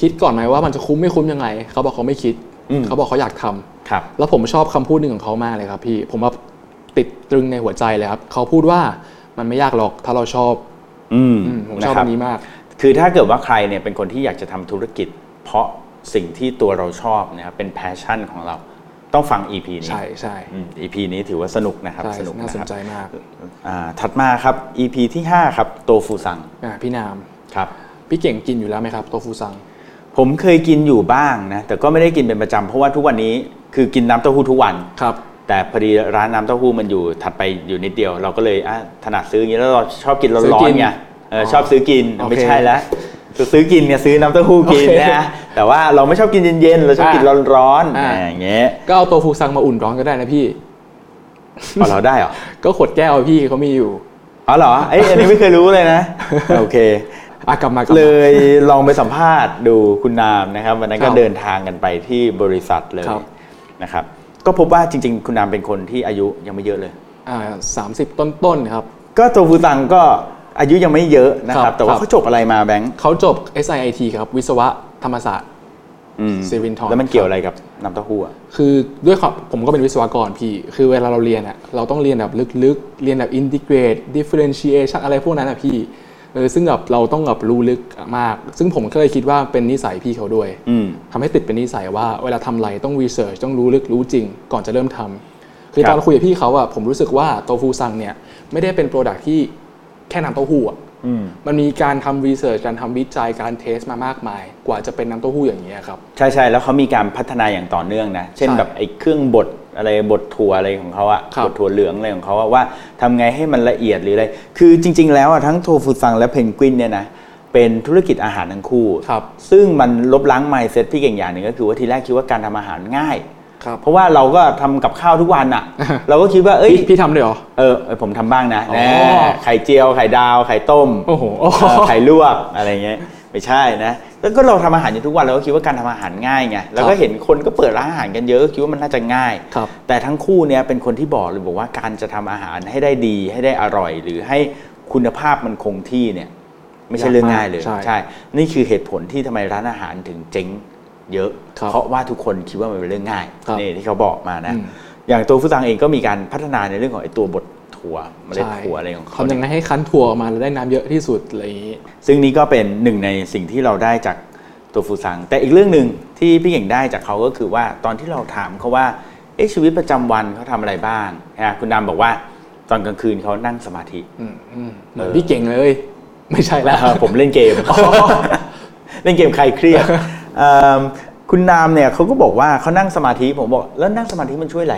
S1: คิดก่อนไหมว่ามันจะคุ้มไม่คุ้มยังไง เขาบอกเขาไม่คิด
S2: อืม
S1: เขาบอกเขาอยากทำ
S2: ครับ
S1: แล้วผมชอบคำพูดหนึ่งของเขามากเลยครับพี่ ผมว่าติดตรึงในหัวใจเลยครับ เขาพูดว่ามันไม่ยากหรอกถ้าเราชอบ
S2: อืม
S1: อืมผมชอบ
S2: ะครั
S1: อันนี้มาก
S2: คือถ้าเกิดว่าใครเนี่ยเป็นคนที่อยากจะทำธุรกิจ เพราะสิ่งที่ตัวเราชอบนะครับเป็นแพชชั่นของเราต้องฟัง EP นี้
S1: ใช่ใช่
S2: อืม EP นี้ถือว่าสนุกนะครับ
S1: ใช่
S2: สนุก
S1: น่า
S2: นะ
S1: ส
S2: คน รับ
S1: ใจมาก
S2: อ่าถัดมาครับ EP ที่5ครับโตฟูซัง
S1: อ่ะพี่นาม
S2: ครับ
S1: พี่เก่งกินอยู่แล้วไหมครับโตฟูซัง
S2: ผมเคยกินอยู่บ้างนะแต่ก็ไม่ได้กินเป็นประจำเพราะว่าทุกวันนี้คือกินน้ำเต้าหู้ทุกวัน
S1: ครับ
S2: แต่พอดีร้านน้ำเต้าหู้มันอยู่ถัดไปอยู่นิดเดียว เราก็เลยอ่ะถนัดซื้ออย่างนี้แล้วเราชอบกินร้
S1: ซื้อ
S2: อ
S1: กิ
S2: น
S1: น
S2: ๆไงเอออ
S1: อ
S2: ชอบซื้อกิน
S1: โอเค
S2: ไม่ใช่แล้วซื้อกินเนี่ยซื้อน้ำเต้าหู้กิน
S1: โอเค
S2: นะแต่ว่าเราไม่ชอบกินเย็นๆเราชอบกินร้อนๆ
S1: อ่า
S2: อ่าอย่างเงี้ย
S1: ก็เอาโตฟูซังมาอุ่นร้อนก็ได้นะพี่
S2: เอาเราได้เหรอ
S1: ก็ขวดแก้วพี่เขามีอยู่
S2: เอาเหรอเอ้ ยอันนี้ไม่เคยรู้เลยนะ โอเค
S1: อ่ะกลับมากลับมา
S2: เลยลองไปสัมภาษณ์ดูคุณนามนะครับวันนั้นก็
S1: ครับ
S2: เดินทางกันไปที่บริษัทเลย
S1: ครับ
S2: นะครับก็พบว่าจริง ๆ คุณนามเป็นคนที่อายุยังไม่เยอะเลย
S1: อ่าสามสิบต้นๆครับ
S2: ก็โตฟูตังก็อายุยังไม่เยอะนะ
S1: ค
S2: ค
S1: รั
S2: รับ
S1: บ
S2: แต่ว่า
S1: ครับ
S2: เขาจบอะไรมาแบงค์
S1: เขาจบ SIT ครับ วิศวะธรรมศาสตร์
S2: อืม
S1: สิรินธร
S2: แล้วมันเกี่ยวอะไรกับน้ำเต้าหู้อ่ะ
S1: คือด้วยความผมก็เป็นวิศวกรพี่ คือเวลาเราเรียนอะเราต้องเรียนแบบลึกๆ เรียนแบบอินทิเกรตดิเฟเรนเชียชันอะไรพวกนั้นอะพี่เออซึ่งแบบเราต้องแบบรู้ลึกมาก ซึ่งผมก็เลยคิดว่าเป็นนิสัยพี่เขาด้วย
S2: อืม
S1: ทำให้ติดเป็นนิสัยว่าเวลาทำอะไรต้องรีเสิร์ชต้องรู้ลึกรู้จริง ก่อนจะเริ่มทำคือ
S2: ครับ
S1: ตอนคุยกับพี่เขาอะผมรู้สึกว่าโตฟูซังเนี่ยไม่ได้เป็นโปรดักที่แค่น้ำเต้าหู้อะ
S2: อืม
S1: มันมีการทำรีเสิร์ชการทำวิจัยการเทสมามากมาย กว่าจะเป็นน้ำเต้าหู้อย่างนี้ยครับ
S2: ใช่ใช่แล้วเขามีการพัฒนาอย่างต่อเนื่องนะ เช่น
S1: ใช่
S2: แบบไอ้เครื่องบดอะไรบดถั่วอะไรของเขาอะ
S1: ครับ
S2: บดถั่วเหลืองอะไรของเขาอะว่าทำไงให้มันละเอียดหรืออะไร คือจริง ๆ แล้วอะทั้งโทฟูซังและเพนกวินเนี่ยนะเป็นธุรกิจอาหารทั้งคู่
S1: ครับ
S2: ซึ่งมันลบล้างไมเซ็ตพี่เก่งอย่างหนึ่งก็คือว่าทีแรกคิดว่าการทำอาหารง่าย
S1: ครับ
S2: เพราะว่าเราก็ทำกับข้าวทุกวันอะเราก็คิดว่าเอ้ย
S1: พี่พี่ทำเลยเหรอ
S2: เออเออผมทำบ้างนะ
S1: อ๋อ
S2: แน่ไข่เจียว ไข่ดาว ไข่ต้ม
S1: โอ้โห
S2: เออไข่ลวก อะไรเงี้ย ไม่ใช่นะ แล้วก็เราทำอาหารอยู่ทุกวันเราก็คิดว่าการทำอาหารง่ายไง แล้ว
S1: ค
S2: ก็
S1: รับ
S2: เห็นคนก็เปิดร้านอาหารกันเยอะก็คิดว่ามันน่าจะง่าย
S1: ครับ
S2: แต่ทั้งคู่เนี่ยเป็นคนที่บอกเลยบอกว่าการจะทำอาหารให้ได้ดีให้ได้อร่อย หรือให้คุณภาพมันคงที่เนี่ย ไม่ใช่เรื่องง่ายเลย
S1: ใช่
S2: นี่คือเหตุผลที่ทำไมร้านอาหารถึงเจ๊งเยอะ
S1: ครับ
S2: เพราะว่าทุกคนคิดว่ามันเป็นเรื่องง่าย
S1: ครับ
S2: นี่ที่เขาบอกมานะ
S1: อืม
S2: อย่างตัวฟุตังเองก็มีการพัฒนาในเรื่องของไอ้ตัวบดถั่วเมล็ด
S1: ใช่
S2: ถั่วอะไรของเขา
S1: ทำยัง
S2: เนี่ย
S1: ไงให้คั้นถั่วออกมาแล้วได้น้ำเยอะที่สุดอะไรอย่างนี้
S2: ซึ่งนี่ก็เป็นหนึ่งในสิ่งที่เราได้จากตัวฟูซัง แต่อีกเรื่องหนึ่งที่พี่เก่งได้จากเขาก็คือว่าตอนที่เราถามเขาว่าเอ๊ะชีวิตประจำวันเขาทำอะไรบ้างนะคุณดำบอกว่าตอนกลางคืนเขานั่งสมาธิ
S1: อืมอืมเหมือน
S2: เออ
S1: พี่เก่งเลย ไม่ใช่แล้ว
S2: เอ่อผมเล่นเกม เล่นเกมใครเครียดเอิ่มคุณนามเนี่ยเขาก็บอกว่าเขานั่งสมาธิผมบอกแล้วนั่งสมาธิมันช่วยอะไร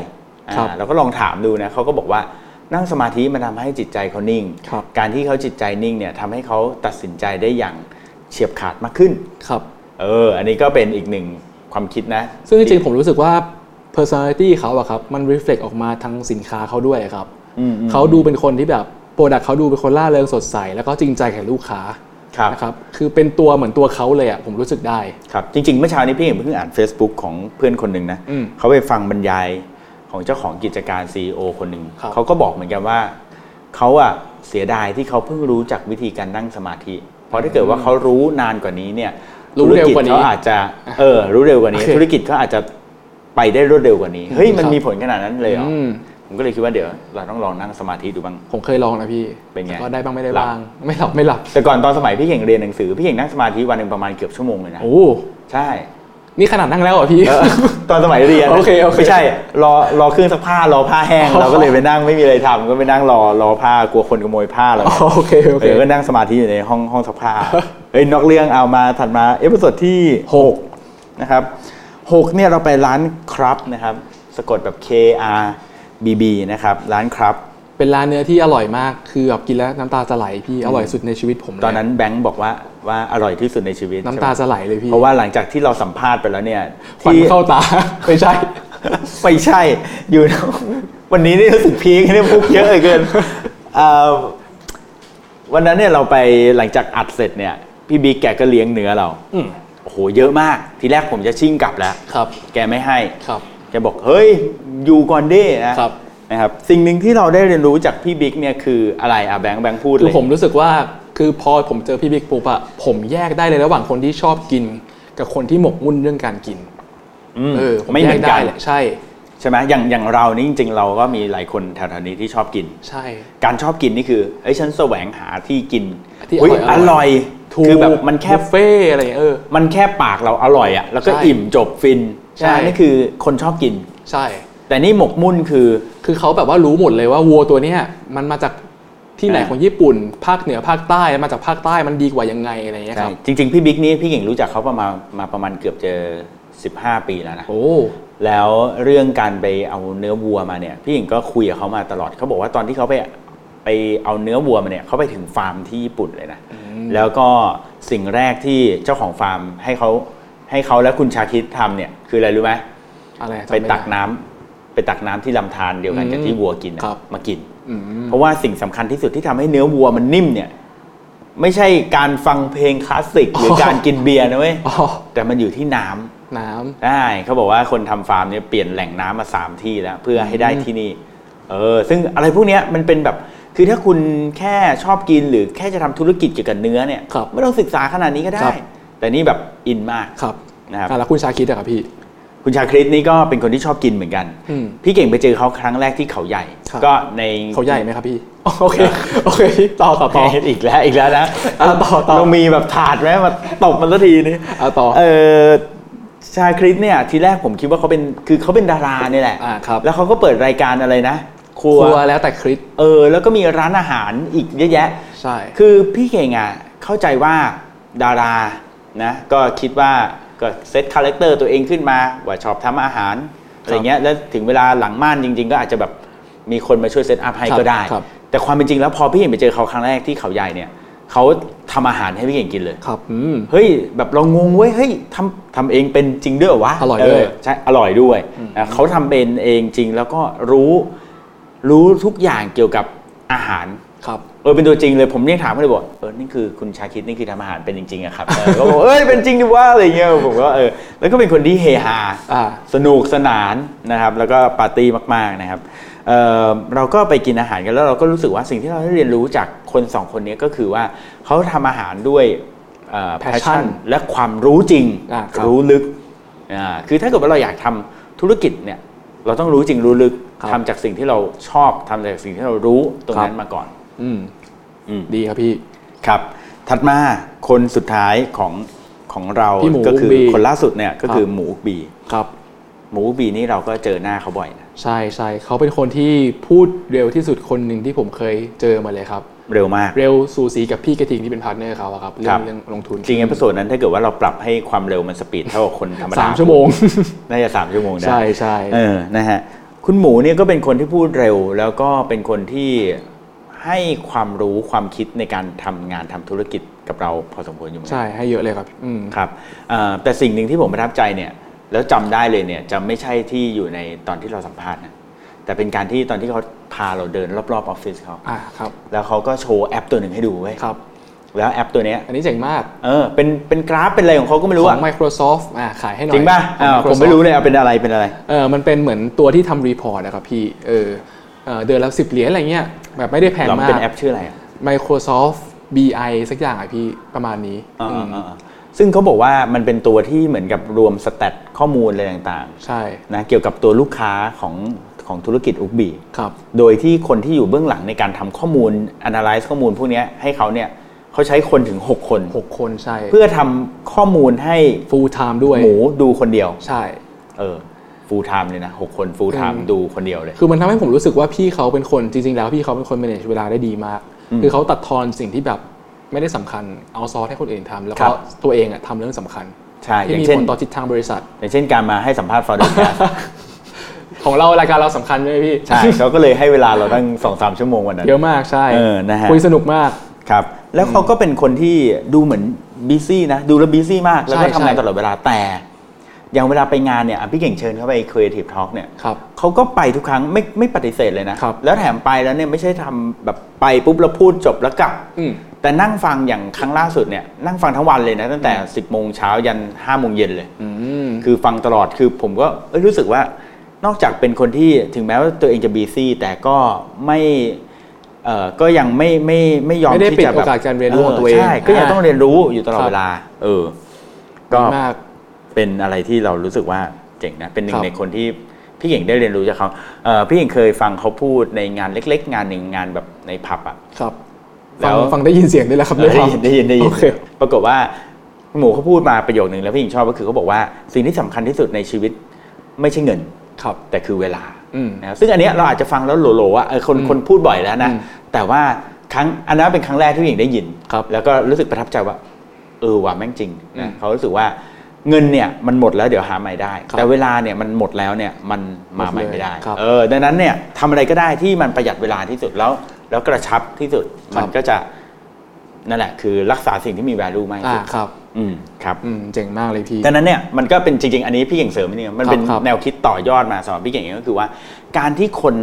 S1: ครับ
S2: อ่าเราก็ลองถามดูนะเขาก็บอกว่านั่งสมาธิมันทำให้จิตใจเขานิ่ง
S1: ครับ
S2: การที่เขาจิตใจนิ่งเนี่ยทำให้เขาตัดสินใจได้อย่างเฉียบขาดมากขึ้น
S1: ครับ
S2: เออ อันนี้ก็เป็นอีกหนึ่งความคิดนะ
S1: ซึ่งจริงๆผมรู้สึกว่า personality เขาอะครับ มัน reflect ออกมาทางสินค้าเขาด้วยครับ
S2: อืมๆ
S1: เขาดูเป็นคนที่แบบโปรดักเขาดูเป็นคนล่าเริงสดใส แล้วก็จริงใจแก่ลูกค้า
S2: ครับ
S1: นะครับ คือเป็นตัวเหมือนตัวเขาเลยอะผมรู้สึกได้
S2: ครับจริงๆเมื่อเช้านี้พี่เห็นเพิ่งอ่าน Facebook ของเพื่อนคนหนึ่งนะ
S1: อืม
S2: เขาไปฟังบรรยายของเจ้าของกิจการ CEO คนหนึ่ง
S1: ครับ
S2: เขาก็บอกเหมือนกันว่าเขาอะเสียดายที่เขาเพิ่งรู้จักวิธีการนั่งสมาธิ เพราะถ้าเกิดว่าเขารู้นานกว่านี้เนี่ย
S1: รู้เร็วกว่านี้
S2: ธุจเขาอาจจะเออรู้เร็วกว่านี้
S1: โอเค
S2: ธุรกิจเขาอาจจะไปได้รวดเร็วกว่านี้เฮ้ยมัน
S1: ครับ
S2: มีผลขนาดนั้นเลยเหรอ
S1: อืม
S2: ผมก็เลยคิดว่าเดี๋ยวเราต้องลองนั่งสมาธิดูบ้าง
S1: ผมเคยลองนะพี่
S2: เป็นไง
S1: แต่ก็ได้บ้างไม่ได้บ้างไม่หลับไม่หลับ
S2: แต่ก่อนตอนสมัยพี่เก่งเรียนหนังสือพี่เก่งนั่งสมาธิวันหนึ่งประมาณเกือบชั่วโมงเลยนะ
S1: โอ้
S2: ใช่
S1: นี่ขนาดนั่งแล้วเหรอ่ะพี่
S2: เออตอนสมัยเรียน
S1: โอเคโอเค
S2: ไม่ใช่รอรอเครื่องซักผ้ารอผ้าแห้ง
S1: อ๋อ
S2: เราก็เลยไปนั่งไม่มีอะไรทำก็ไปนั่งรอรอผ้ากลัวคนขโมยผ้าเรา
S1: อ๋อโอเคโอเค
S2: เออก็นั่งสมาธิอยู่ในห้องห้องซัก ผ้าเอ้ยนอกเรื่องเอามาถัดมาเอพิโซดที่
S1: หก
S2: 6นะครับ6เนี่ยเราไปร้านครับนะครับสะกดแบบ K R B B นะครับร้านครับ
S1: เป็นร้านเนื้อที่อร่อยมาก คือแบบกินแล้วน้ำตาจะไหลพี่ อร่อยสุดในชีวิตผมเลย
S2: ตอนนั้นแบงค์บอกว่าว่าอร่อยที่สุดในชีวิต
S1: น้ำตาจะ
S2: ใช่ไหม
S1: ไหลเลยพี่
S2: เพราะว่าหลังจากที่เราสัมภาษณ์ไปแล้วเนี่ย
S1: ขวัญ
S2: ที่
S1: เข้า ตา ไม่ใช่
S2: ไม่ใช่อยู่ วันนี้นี่รู้สึกพีคเนี่ยพุกเยอะเหลือเกิน เอ่อวันนั้นเนี่ยเราไปหลังจากอัดเสร็จเนี่ย พี่บิ๊กแกก็เลี้ยงเนื้อเรา
S1: อืม
S2: โอ้โหเยอะมาก ทีแรกผมจะชิ่งกลับแล้ว
S1: ครับ
S2: แกไม่ให้
S1: ครับ
S2: แกบอกเฮ้ยอยู่ก่อนดินะครับ นะครับ สิ่งหนึ่งที่เราได้เรียนรู้จากพี่บิ๊กเนี่ยคืออะไรอ่ะแบงค์แบงค์พูด
S1: คื
S2: เล
S1: อย ผมรู้สึกว่าคือพอผมเจอพี่บิ๊กปุ๊บอะผมแยกได้เลยระหว่างคนที่ชอบกิน กับคนที่หมกมุ่นเรื่องการกิน
S2: อืม
S1: เออผ
S2: ไม่เหมือนกัน
S1: แยได้แหละใช่
S2: ใช่ไหมอย่างอย่างเรานี่จริงๆเราก็มีหลายคนแถวๆนี้ที่ชอบกิน
S1: ใช่
S2: การชอบกินนี่คือเอ้ยฉันแสวงหาที่กิน
S1: ที่
S2: อุ๊ย
S1: อร่อยๆ
S2: อร่อย
S1: ถูก
S2: คือแบบมันแค่
S1: บุฟเฟ่ต์อะไรอย่างเงี้ยเออ
S2: มันแค่ปากเราอร่อยอะ่ะ แล้วก็
S1: ใช่
S2: อิ่มจบฟิน
S1: ใช่
S2: ไหมนี่คือคนชอบกิน
S1: ใช่
S2: แต่นี่หมกมุ่นคือ
S1: คือเขาแบบว่ารู้หมดเลยว่าวัวตัวเนี้ยมันมาจากที่ไหน
S2: อ่า
S1: ของญี่ปุ่น ภาคเหนือภาคใต้มาจากภาคใต้มันดีกว่ายังไงอะไรอย่างเงี้ยครับ
S2: จริง ๆ พี่บิ๊กนี่พี่เก่งรู้จักเขาประมาณมาประมาณเกือบจะ15 ปีแล้วนะ
S1: โอ้
S2: แล้วเรื่องการไปเอาเนื้อวัวมาเนี่ย พี่เก่งก็คุยกับเขามาตลอดเขาบอกว่าตอนที่เขาไปไปเอาเนื้อวัวมาเนี่ยเขาไปถึงฟาร์มที่ญี่ปุ่นเลยนะ แล้วก็สิ่งแรกที่เจ้าของฟาร์มให้เขาให้เขาและคุณชาคิดทำเนี่ยคืออะไรรู้ไหม
S1: อะไรอะจำ
S2: ไป
S1: ม่ด้
S2: ตักน้ำไปตักน้ำที่ลำธารเดียวกันกับ
S1: อืม
S2: ที่วัวกินนะครับ มากิน
S1: อืม
S2: เพราะว่าสิ่งสำคัญที่สุดที่ทำให้เนื้อวัวมันนิ่มเนี่ย ไม่ใช่การฟังเพลงคลาสสิก หรือ
S1: อ
S2: การกินเบียร์นะเว้ย
S1: อ๋อ
S2: แต่มันอยู่ที่น้ำ
S1: น้ำ
S2: ใช่เขาบอกว่าคนทำฟาร์มเนี่ยเปลี่ยนแหล่งน้ำมาสามที่แล้วเพื่อให้ได้ที่นี่ เออ ซึ่งอะไรพวกเนี้ยมันเป็นแบบคือถ้าคุณแค่ชอบกินหรือแค่จะทำธุรกิจเกี่ยวกับเนื้อเนี่ย
S1: ครับ
S2: ไม่ต้องศึกษาขนาดนี้ก็ได้
S1: ครับ
S2: แต่นี่แบบอินมาก
S1: ครับ
S2: นะครับ
S1: อ่ะแล้วคุณชาคิดอะครับพี่
S2: คุณชาคริสนี่ก็เป็นคนที่ชอบกินเหมือนกัน
S1: อืม
S2: พี่เก่งไปเจอเขาครั้งแรกที่เขาใหญ่
S1: ครับ
S2: ก็ใน
S1: เขาใหญ่ไหมครับพี่ โอเค โอเค ต่อครับต่อ
S2: เอ๊ะอีกแล้วอีกแล้ว นะ
S1: อ่ะต่อต่อ
S2: เรามีแบบถาดไหมมาตบมันสักทีนี้
S1: อ่ะต่อ
S2: เออชาคริสเนี่ยทีแรกผมคิดว่าเขาเป็นคือเขาเป็นดาราเนี่ยแหละ
S1: อ่าครับ
S2: แล้วเขาก็เปิดรายการอะไรนะ ครั
S1: คว รัวแล้วแต่คริส
S2: เออ แล้วก็มีร้านอาหารอีกเยอะแยะ
S1: ใช่
S2: คือพี่เก่งอ่ะเข้าใจว่าดารานะก็คิดว่าก็เซตคาแรคเตอร์ตัวเองขึ้นมาว่าชอบทำอาหารอะไรเงี้ยแล้วถึงเวลาหลังม่านจริง ๆ ก็อาจจะแบบมีคนมาช่วยเซตอัพให้
S1: ครับ
S2: ก็ได้
S1: ครับ
S2: แต่ความเป็นจริงแล้วพอพี่เก่งไปเจอเขาครั้งแรกที่เขาใหญ่เนี่ยเขาทำอาหารให้พี่เก่งกินเลย
S1: ครับ อืม
S2: เฮ้ยแบบเรางงเว้ยเฮ้ยทำทำเองเป็นจริงด้วยเหรวะ
S1: อร่อยด้วย
S2: เใช่อร่อยด้วยนะเขาทำเป็นเองจริงแล้วก็รู้รู้ทุกอย่างเกี่ยวกับอาหาร
S1: ครับ
S2: เออเป็นตัวจริงเลยผมเนี่ยถามเขาเลยบอกเออนี่คือคุณชาคิดนี่คือทำอาหารเป็นจริงๆอะครับเออเขาบอกเอ้ยเป็นจริงดิว่าอะไรเงี้ยผมก็เออแล้วก็เป็นคนที่เฮฮา
S1: อ่า
S2: สนุกสนานนะครับ แล้วก็ปาร์ตี้มากๆนะครับเออเราก็ไปกินอาหารกันแล้วเราก็รู้สึกว่าสิ่งที่เราได้เรียนรู้จากคนสองคนนี้ก็คือว่าเขาทำอาหารด้วยเอ่อ
S1: Passion
S2: passion และความรู้จริง
S1: อ่าครับ
S2: รู้ลึกอ่าคือถ้าเกิดว่าเราอยากทำธุรกิจเนี่ยเราต้องรู้จริงรู้ลึก
S1: ครับ
S2: ทำจากสิ่งที่เราชอบทำจากสิ่งที่เรารู้ตรง
S1: ครับ
S2: นั้นมาก่อน
S1: อืม
S2: อืม
S1: ดีครับพี่
S2: ครับ ถัดมาคนสุดท้ายของของเรา
S1: พี่หมู
S2: ก็คื
S1: บี
S2: คนล่าสุดเนี่ยก็
S1: ครับ
S2: คือหมูบี
S1: ครับ
S2: หมูบีนี่เราก็เจอหน้าเขาบ่อยนะ
S1: ใช่ใช่เขาเป็นคนที่พูดเร็วที่สุดคนหนึ่งที่ผมเคยเจอมาเลยครับ
S2: เร็วมาก
S1: เร็วสูสีกับพี่กระทิงที่เป็นพาร์ทเนอร์เขาอะครับ เรื่
S2: ครั
S1: อบ งเรื่องลงทุน
S2: จริงๆเอพิโซดนั้นถ้าเกิดว่าเราปรับให้ความเร็วมันสปีดเท่ากับคนธรรมดา
S1: สามชั่วโมง
S2: น่าจะสามชั่วโมงได้
S1: ใช่ใช่
S2: เออนะฮะคุณหมูเนี่ยก็เป็นคนที่พูดเร็ว แล้วก็เป็นคนที่ให้ความรู้ความคิดในการทำงานทำธุรกิจกับเราพอสมควรอยู่เหมือนกัน
S1: ใช่ให้เยอะเลยครับ อืม
S2: ครับเอ่อแต่สิ่งหนึ่งที่ผมประทับใจเนี่ยแล้วจำได้เลยเนี่ยจะไม่ใช่ที่อยู่ในตอนที่เราสัมภาษณ์นะแต่เป็นการที่ตอนที่เขาพาเราเดินรอบๆออฟฟิศเขา
S1: อ่าครับ
S2: แล้วเขาก็โชว์แอปตัวหนึ่งให้ดูเว้ย
S1: ครับ
S2: แล้วแอปตัวเนี้ย
S1: อันนี้เจ๋งมาก
S2: เออเป็นเป็นกราฟเป็นอะไรของเขาก็ไม่รู้
S1: ข
S2: อะ
S1: อง Microsoft อ่าขายให้หน่อย
S2: จริงป่ะ
S1: ของ
S2: อ่า
S1: Microsoft
S2: ผมไม่รู้เลยเอาเป็นอะไรเป็นอะไร
S1: เออมันเป็นเหมือนตัวที่ทำรีพอร์ตนะครับพี่ เออเออเดือนละสิบเหรียญอะไรเงี้ย แบบไม่ได้แพง
S2: เรา
S1: มาก
S2: เป็นแอปชื่ออะไรอะ
S1: Microsoft BI สักอย่างอ่ะพี่ประมาณนี้
S2: อ่า
S1: อืม
S2: อ่าอ่าซึ่งเขาบอกว่ามันเป็นตัวที่เหมือนกับรวมสแตทข้อมูลอะไรต่าง
S1: ใช่
S2: ๆนะเกี่ยวกับตัวลูกค้าของของธุรกิจอุกบี
S1: ครับ
S2: โดยที่คนที่อยู่เบื้องหลังในการทำข้อมูล analyze ข้อมูลพวกเนี้ยให้เขาเนี่ย เขาใช้คนถึง 6 คน
S1: หกคนใช่
S2: เพื่อทำข้อมูลให้
S1: full time ด้วย
S2: หมูดูคนเดียว
S1: ใช่
S2: เออ ฟูลไทม์เลยนะหกคนฟูลไท
S1: อื
S2: ม์
S1: ม
S2: ดูคนเดียวเลย
S1: คือมันทำให้ผมรู้สึกว่าพี่เขาเป็นคนจริง ๆ แล้วพี่เขาเป็นคน manage เวลาได้ดีมาก
S2: อืม
S1: คือเขาตัดทอนสิ่งที่แบบไม่ได้สำคัญเอาซอสให้คนอื่นทำแล้ว
S2: ครั
S1: ก็
S2: บ
S1: ตัวเองอะทำเรื่องสำคัญ
S2: ใช่อ
S1: ที่
S2: ย่าง
S1: มี
S2: เช่น
S1: ผลต่อทิศทางบริษัท
S2: อย่างเช่นการมาให้สัมภาษณ์ ฟาวเดอร์
S1: ของเรารายการเราสำคัญใช่ไหมพี่
S2: ใช่เขาก็เลยให้เวลาเราตั้งสองสามชั่วโมงวันนั้น
S1: เยอะมากใช่
S2: เออนะฮะ
S1: คุยสนุกมาก
S2: ครับ แล้วเขาก็เป็นคนที่ดูเหมือนบีซี่นะ ดูแล้วบีซี่มาก แล้วก็
S1: ใช่
S2: ทำงาน
S1: ใช่
S2: ตลอดเวลาแต่ อย่างเวลาไปงานเนี่ยอ่ะพี่เก่งเชิญเขาไป Creative Talk เนี่ย
S1: ครับ
S2: เขาก็ไปทุกครั้งไม่ไม่ปฏิเสธเลยนะ
S1: ครับ
S2: แล้วแถมไปแล้วเนี่ยไม่ใช่ทำแบบไปปุ๊บแล้วพูดจบแล้วกลับ
S1: อืม
S2: แต่นั่งฟังอย่างครั้งล่าสุดเนี่ยนั่งฟังทั้งวันเลยนะตั้งแต่ 10โมงเช้ายัน5โมงเย็นเลย
S1: อืม
S2: คือฟังตลอดคือผมก็เอ้ยรู้สึกว่านอกจากเป็นคนที่ถึงแม้ว่าตัวเองจะบีซี่แต่ก็ไม่เอ่อก็ยังไม่ไม่ไม่ยอม
S1: ไม่ได้
S2: ที่
S1: ปิด
S2: จะ
S1: โอ
S2: แบบ
S1: กาสการเรียนรู้ของตัวเอง
S2: ใช่ก็ยัง
S1: อ่า
S2: ต้องเรียนรู้อยู่ตลอดเวลา เออ ก็
S1: ดีมาก
S2: เป็นอะไรที่เรารู้สึกว่าเจ๋งนะ เป็นหนึ่
S1: ครั
S2: ง
S1: บ
S2: ในคนที่พี่เก่งได้เรียนรู้จากเขาเอ่อพี่เก่งเคยฟังเขาพูดในงานเล็ก ๆ งานหนึ่งงานแบบในผับอ่ะ
S1: ครับ
S2: แล้
S1: ฟัง
S2: ว
S1: ฟังได้ยินเสียงด้วยแหละครับ
S2: เออได้
S1: ความ
S2: ยินได้ยินได้ยิน
S1: โอเค
S2: ปรากฏว่าหมูเขาพูดมาประโยคนึงแล้วพี่หญิงชอบก็คือเขาบอกว่าสิ่งที่สำคัญที่สุดในชีวิตไม่ใช่เงิน
S1: ครับ
S2: แต่คือเวลา
S1: อืม
S2: นะครับซึ่งอันเนี้ยเราอาจจะฟังแล้วโหลๆว่าเออคน
S1: อืม
S2: คนพูดบ่อยแล้วนะ
S1: อืม
S2: แต่ว่าครั้งอันนั้นเป็นครั้งแรกที่พี่หญิงได้ยิน
S1: ครับ
S2: แล้วก็รู้สึกประทับใจว่า เออว่ะแม่งจริง
S1: อืม
S2: นะเขารู้สึกว่าเงินเนี่ยมันหมดแล้วเดี๋ยวหาใหม่ได้
S1: ครับ
S2: แต่เวลาเนี่ยมันหมดแล้วเนี่ยมันมาใหม่ไม่ได้
S1: หมดเลยครับ
S2: เออดังนั้นเนี่ยทำอะไรก็ได้ที่มันประหยัดเวลาที่สุดแล้ว แล้วกระชับที่สุด
S1: ครับ
S2: มันก็จะนั่นแหละ คือรักษาสิ่งที่มี value มากที่
S1: อ่า
S2: สุด
S1: ครับ
S2: อืมครับ
S1: อืมเจ๋งมากเลยพี่
S2: ดังนั้นเนี่ยมันก็เป็นจริง ๆ อันนี้พี่เก่งเสริมนิดนึงมันเป็น
S1: ครับ
S2: แนวคิดต่อยอดมาสำหรับพี่เก่งเองก็คือว่า การที่คน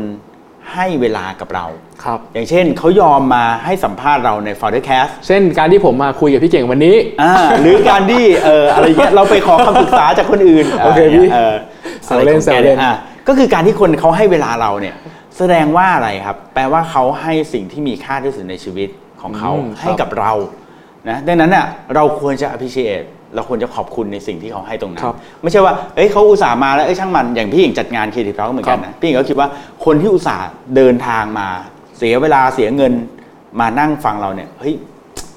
S2: ให้เวลากับเรา
S1: ครับ
S2: อย่างเช่นเขายอมมาให้สัมภาษณ์เราใน f o u n d e r c a s t
S1: เช่นการที่ผมมาคุยกับพี่เก่งวันนี้
S2: อ่าหรือการที่เอ่ออะไรเงี้ยเราไปขอคำปรึกษาจากคนอื่น
S1: โอเคพี่
S2: เออ
S1: แซวเล่น
S2: อะไรของแก
S1: แซวเล่น
S2: ยอ่ะก็คือการที่คนเขาให้เวลาเราเนี่ย แสดงว่าอะไรครับ แปลว่าเขาให้สิ่งที่มีค่าที่สุดในชีวิตของเขา
S1: อืม
S2: ให้
S1: ครับ
S2: กับเรานะดังนั้นอ่ะเราควรจะ appreciate เราควรจะขอบคุณในสิ่งที่เขาให้ตรงนั้น
S1: ครับ
S2: ไม่ใช่ว่าเอ้ยเขาอุตส่าห์มาแล้วเอ้ยช่างมันอย่างพี่หญิงจัดงานครีเอทีฟเราก็เหมือนกันนะพี่หญิงก็คิดว่าคนที่อุตส่าห์เดินทางมา เสียเวลาเสียเงินมานั่งฟังเราเนี่ยเฮ้ย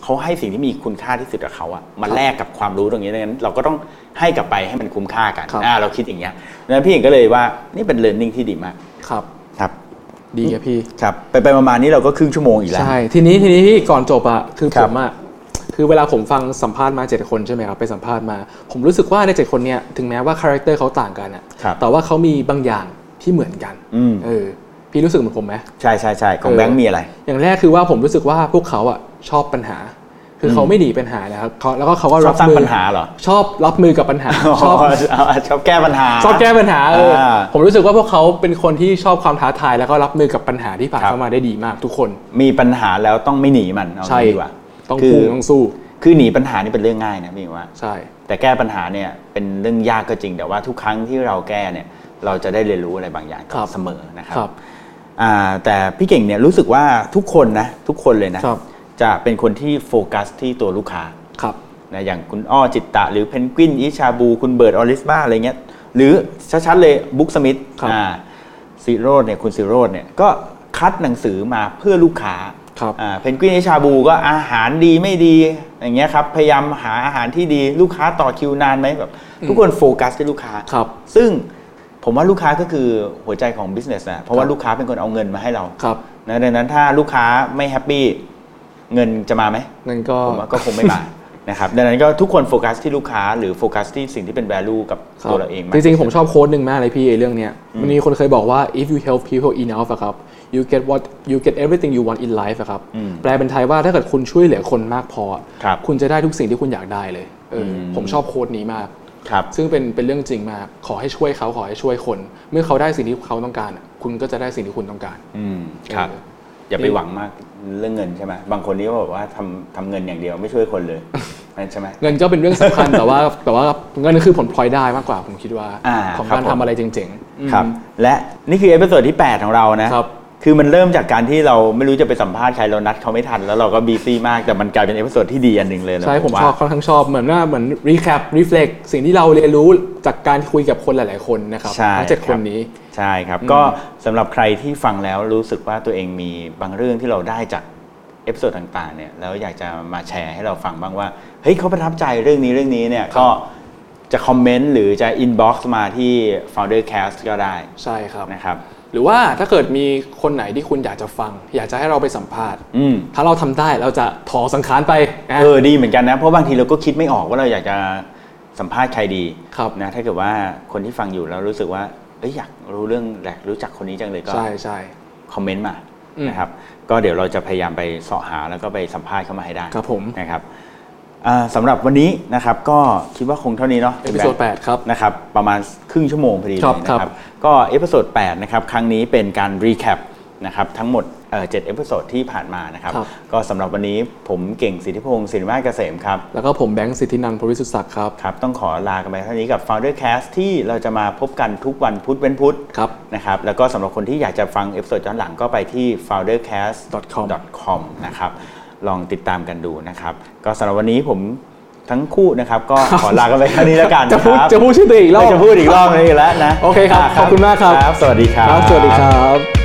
S2: เขาให้สิ่งที่มีคุณค่าที่สุดกับเขาอะมา
S1: ครับ
S2: แลกกับความรู้ตรงนี้ดังนั้น เราก็ต้องให้กลับไปให้มันคุ้มค่ากัน
S1: ครับ
S2: อ่าเราคิดอย่างเงี้ยดังนั้นพี่หญิงก็เลยว่านี่เป็นเรียนรู้ที่ดีมาก
S1: ครับ
S2: ครับ
S1: ดีครับพี่
S2: ครับไปไปมาๆนี่เราก็ครึ่งชั่วโมงอีกแล้ว
S1: ใช่ ทีนี้ทีนี้พี่ก่อนจบอะคือ
S2: ค
S1: ผ
S2: รับ
S1: มอะคือเวลาผมฟังสัมภาษณ์มาเจ็ดคนใช่ไหมครับไปสัมภาษณ์มา ผมรู้สึกว่าในเจ็ดคนเนี่ยถึงแม้ว่าคาแรคเตอร์เขาต่างกันอะ
S2: ครับ
S1: แต่ว่าเขามีบางอย่างที่เหมือนกัน
S2: อืม
S1: เออพี่รู้สึกเหมือนผมไหม
S2: ใช่ใช่ใช่ของ
S1: เออ
S2: แบงค์มีอะไร
S1: อย่างแรกคือว่าผมรู้สึกว่าพวกเขาอะชอบปัญหา คือเขาไม่หนีปัญหานะครับเขาแล้วก็เขาก็
S2: ช
S1: รั
S2: อ
S1: บบ
S2: สร้าง
S1: มือ
S2: ปัญหาเหรอ
S1: ชอบรับมือกับปัญหาช อบ
S2: ชอบแก้ปัญหา
S1: ชอบแก้ปัญหาเออ
S2: อ่า
S1: ผมรู้สึกว่าพวกเขาเป็นคนที่ชอบความท้าทายแล้วก็รับมือกับปัญหาที่ผ่าน
S2: ครับ
S1: เข้ามาได้ดีมากทุกคน
S2: มีปัญหาแล้วต้องไม่หนีมันเอา
S1: ใช่
S2: งี้ดีกว่า
S1: ต้อง
S2: คื
S1: พุ่งต้องสู้
S2: คือหนีปัญหานี่เป็นเรื่องง่ายนะพี่ว่า
S1: ใช่
S2: แต่แก้ปัญหาเนี่ยเป็นเรื่องยากก็จริง แต่ว่าทุกครั้งที่เราแก้เนี่ยเราจะได้เรียนรู้อะไรบางอย่าง
S1: ครับ
S2: เสมอนะครั
S1: ครับ
S2: อ่าแต่พี่เก่งเนี่ยรู้สึกว่าทุกคนนะทุกคนเลยนะครับ จะเป็นคนที่โฟกัสที่ตัวลูกค้า
S1: ครับ
S2: นะอย่างคุณอ้อจิตตะ หรือเพนกวินอิชาบู คุณเบิร์ดออริสบ้าอะไรเงี้ยหรือชัดๆเลยบุ๊กสมิธ
S1: ครับ
S2: อ่าซีโรดเนี่ยคุณซีโรดเนี่ยก็คัดหนังสือมาเพื่อลูกค้า
S1: ครับ
S2: อ่าเพนกวินไอชาบูก็อาหารดีไม่ดีอย่างเงี้ยครับพยายามหาอาหารที่ดีลูกค้าต่อคิวนานไหมแบบทุกคนโฟกัสที่ลูกค้า
S1: ครับ
S2: ซึ่งผมว่าลูกค้าก็คือหัวใจของ business นะเพราะว่า
S1: ครับ
S2: ลูกค้าเป็นคนเอาเงินมาให้เรา
S1: ครับ
S2: นะดังนั้นถ้าลูกค้าไม่แฮปปี้เงินจะมาไหม
S1: นั่นก็
S2: ผมว่าก็คงไม่มา นะครับดังนั้นก็ทุกคนโฟกัสที่ลูกค้าหรือโฟกัสที่สิ่งที่เป็น value กับ
S1: ครับ
S2: ตัวเราเองาก
S1: จริงๆ ผมชอบโค้ดหนึ่งมากเลยพี่ไอ้เรื่องเนี้ยมันมีคนเคยบอกว่า if you help people enough อะครับ you get what you get everything you want in life อะครับ แปลเป็นไทยว่าถ้าเกิดคุณช่วยเหลือคนมากพอ
S2: ครับ
S1: คุณจะได้ทุกสิ่งที่คุณอยากได้เลยเอออ
S2: ม
S1: ผมชอบโค้ดนี้มาก
S2: ครับ
S1: ซึ่งเป็นเป็นเรื่องจริงมาก ขอให้ช่วยเขาขอให้ช่วยคน เมื่อเขาได้สิ่งที่เขาต้องการอะคุณก็จะได้สิ่งที่คุณต้องการ
S2: อืมครับ
S1: เออ
S2: อย่าไป
S1: นี่
S2: หวังมากเรื่องเงินใช่ไหมบางคนนี่ก็บอกว่าทำทำเงินอย่างเดียวไม่ช่วยคน เลย นั่นใช่ไหม
S1: เงินก็เป็นเรื่องสำคัญ แต่ว่าแต่ว่าเงินก็คือผลพลอยได้มากกว่าผมคิดว่า
S2: อ่า
S1: ของ
S2: ครับ
S1: การ
S2: ผม
S1: ทำอะไรเจ๋งๆอืม
S2: ครับ และนี่คือเอพิโซดที่ 8 ของเรานะครับ คือมันเริ่มจากการที่เราไม่รู้จะไปสัมภาษณ์ใครเรานัดเขาไม่ทัน แล้วเราก็บีซี่มากแต่มันกลายเป็นเอพิโซดที่ดีอันหนึ่งเลยนะ
S1: ใช่ผม
S2: ว่า
S1: ชอบค่อนข้างชอบเหมือนว่าเหมือนรีแคปรีเฟล็กสิ่งที่เราเรียนรู้จากการคุยกับคนหลาย ๆ คนนะครับ
S2: ใช่
S1: ทั้งเจ็ด
S2: ครั
S1: ค
S2: บ
S1: นนี้
S2: ใช่ครับ ก็สำหรับใครที่ฟังแล้วรู้สึกว่าตัวเองมีบางเรื่องที่เราได้จาก เอพิโซดต่างๆเนี่ยแล้วอยากจะมาแชร์ให้เราฟังบ้างว่าเฮ้ยเขาประทับใจเรื่องนี้เรื่องนี้เนี่ยก็จะคอมเมนต์หรือจะอินบ็อกซ์มาที่ Founder Cast ก็ได้
S1: ใช่ครับ
S2: นะครับ
S1: หรือว่าถ้าเกิดมีคนไหนที่คุณอยากจะฟัง อยากจะให้เราไปสัมภาษณ์
S2: อืม
S1: ถ้าเราทำได้เราจะถอสังขารไปนะ
S2: เออดีเหมือนกันนะ เพราะบางทีเราก็คิดไม่ออกว่าเราอยากจะสัมภาษณ์ใครดี
S1: ครับ
S2: นะถ้าเกิดว่าคนที่ฟังอยู่แล้วรู้สึกว่าเอ้ยอยากรู้เรื่องแหลกรู้จักคนนี้จังเลยก็
S1: ใช่ใช่
S2: คอมเมนต์มา
S1: อืม
S2: นะครับก็เดี๋ยวเราจะพยายามไปเสาะหาแล้วก็ไปสัมภาษณ์เข้ามาให้ได้
S1: ครับผม
S2: นะครับอ่าสำหรับวันนี้นะครับก็คิดว่าคงเท่านี้เนาะ
S1: เอพิโซดแปดครับ
S2: นะครับประมาณครึ่งชั่วโมงพอดีเล
S1: ครั
S2: ย
S1: บ
S2: นะค
S1: ครั
S2: รับบ ก็เอพิโซด8นะครับครั้งนี้เป็นการรีแคปนะครับทั้งหมดเอ่อเจ็ดเอพิโซดที่ผ่านมานะครับ
S1: ครับ
S2: ก็สำหรับวันนี้ผมเก่งสิทธิพงศ์สิริมาศเกษมครับ
S1: แล้วก็ผมแบงค์สิทธินันท์พริสุทธิ์ศักดิ์ครับ
S2: ครับ ต้องขอลากันไปเท่านี้กับ Founder Cast ที่เราจะมาพบกันทุกวันพุธเว้นพุธ
S1: ครับ
S2: นะครับ แล้วก็สำหรับคนที่อยากจะฟังเอพิโซดย้อนหลังก็ไปที่ foundercast.com com นะครับ ลองติดตามกันดูนะครับ ก็สำหรับวันนี้ผมทั้งคู่นะครับ ก็ขอลากันไปเท่านี้แล้วกัน
S1: จะพูด
S2: ครับ
S1: จะพูดชื่อตัวเองอีกรอบ
S2: จะพูดอีกรอบนึงอีกแล้วนะ
S1: โอเคครับ
S2: ะ
S1: ขอบคุณมากครับ
S2: สวัสดีครับ
S1: ครับ สวัสดีครับ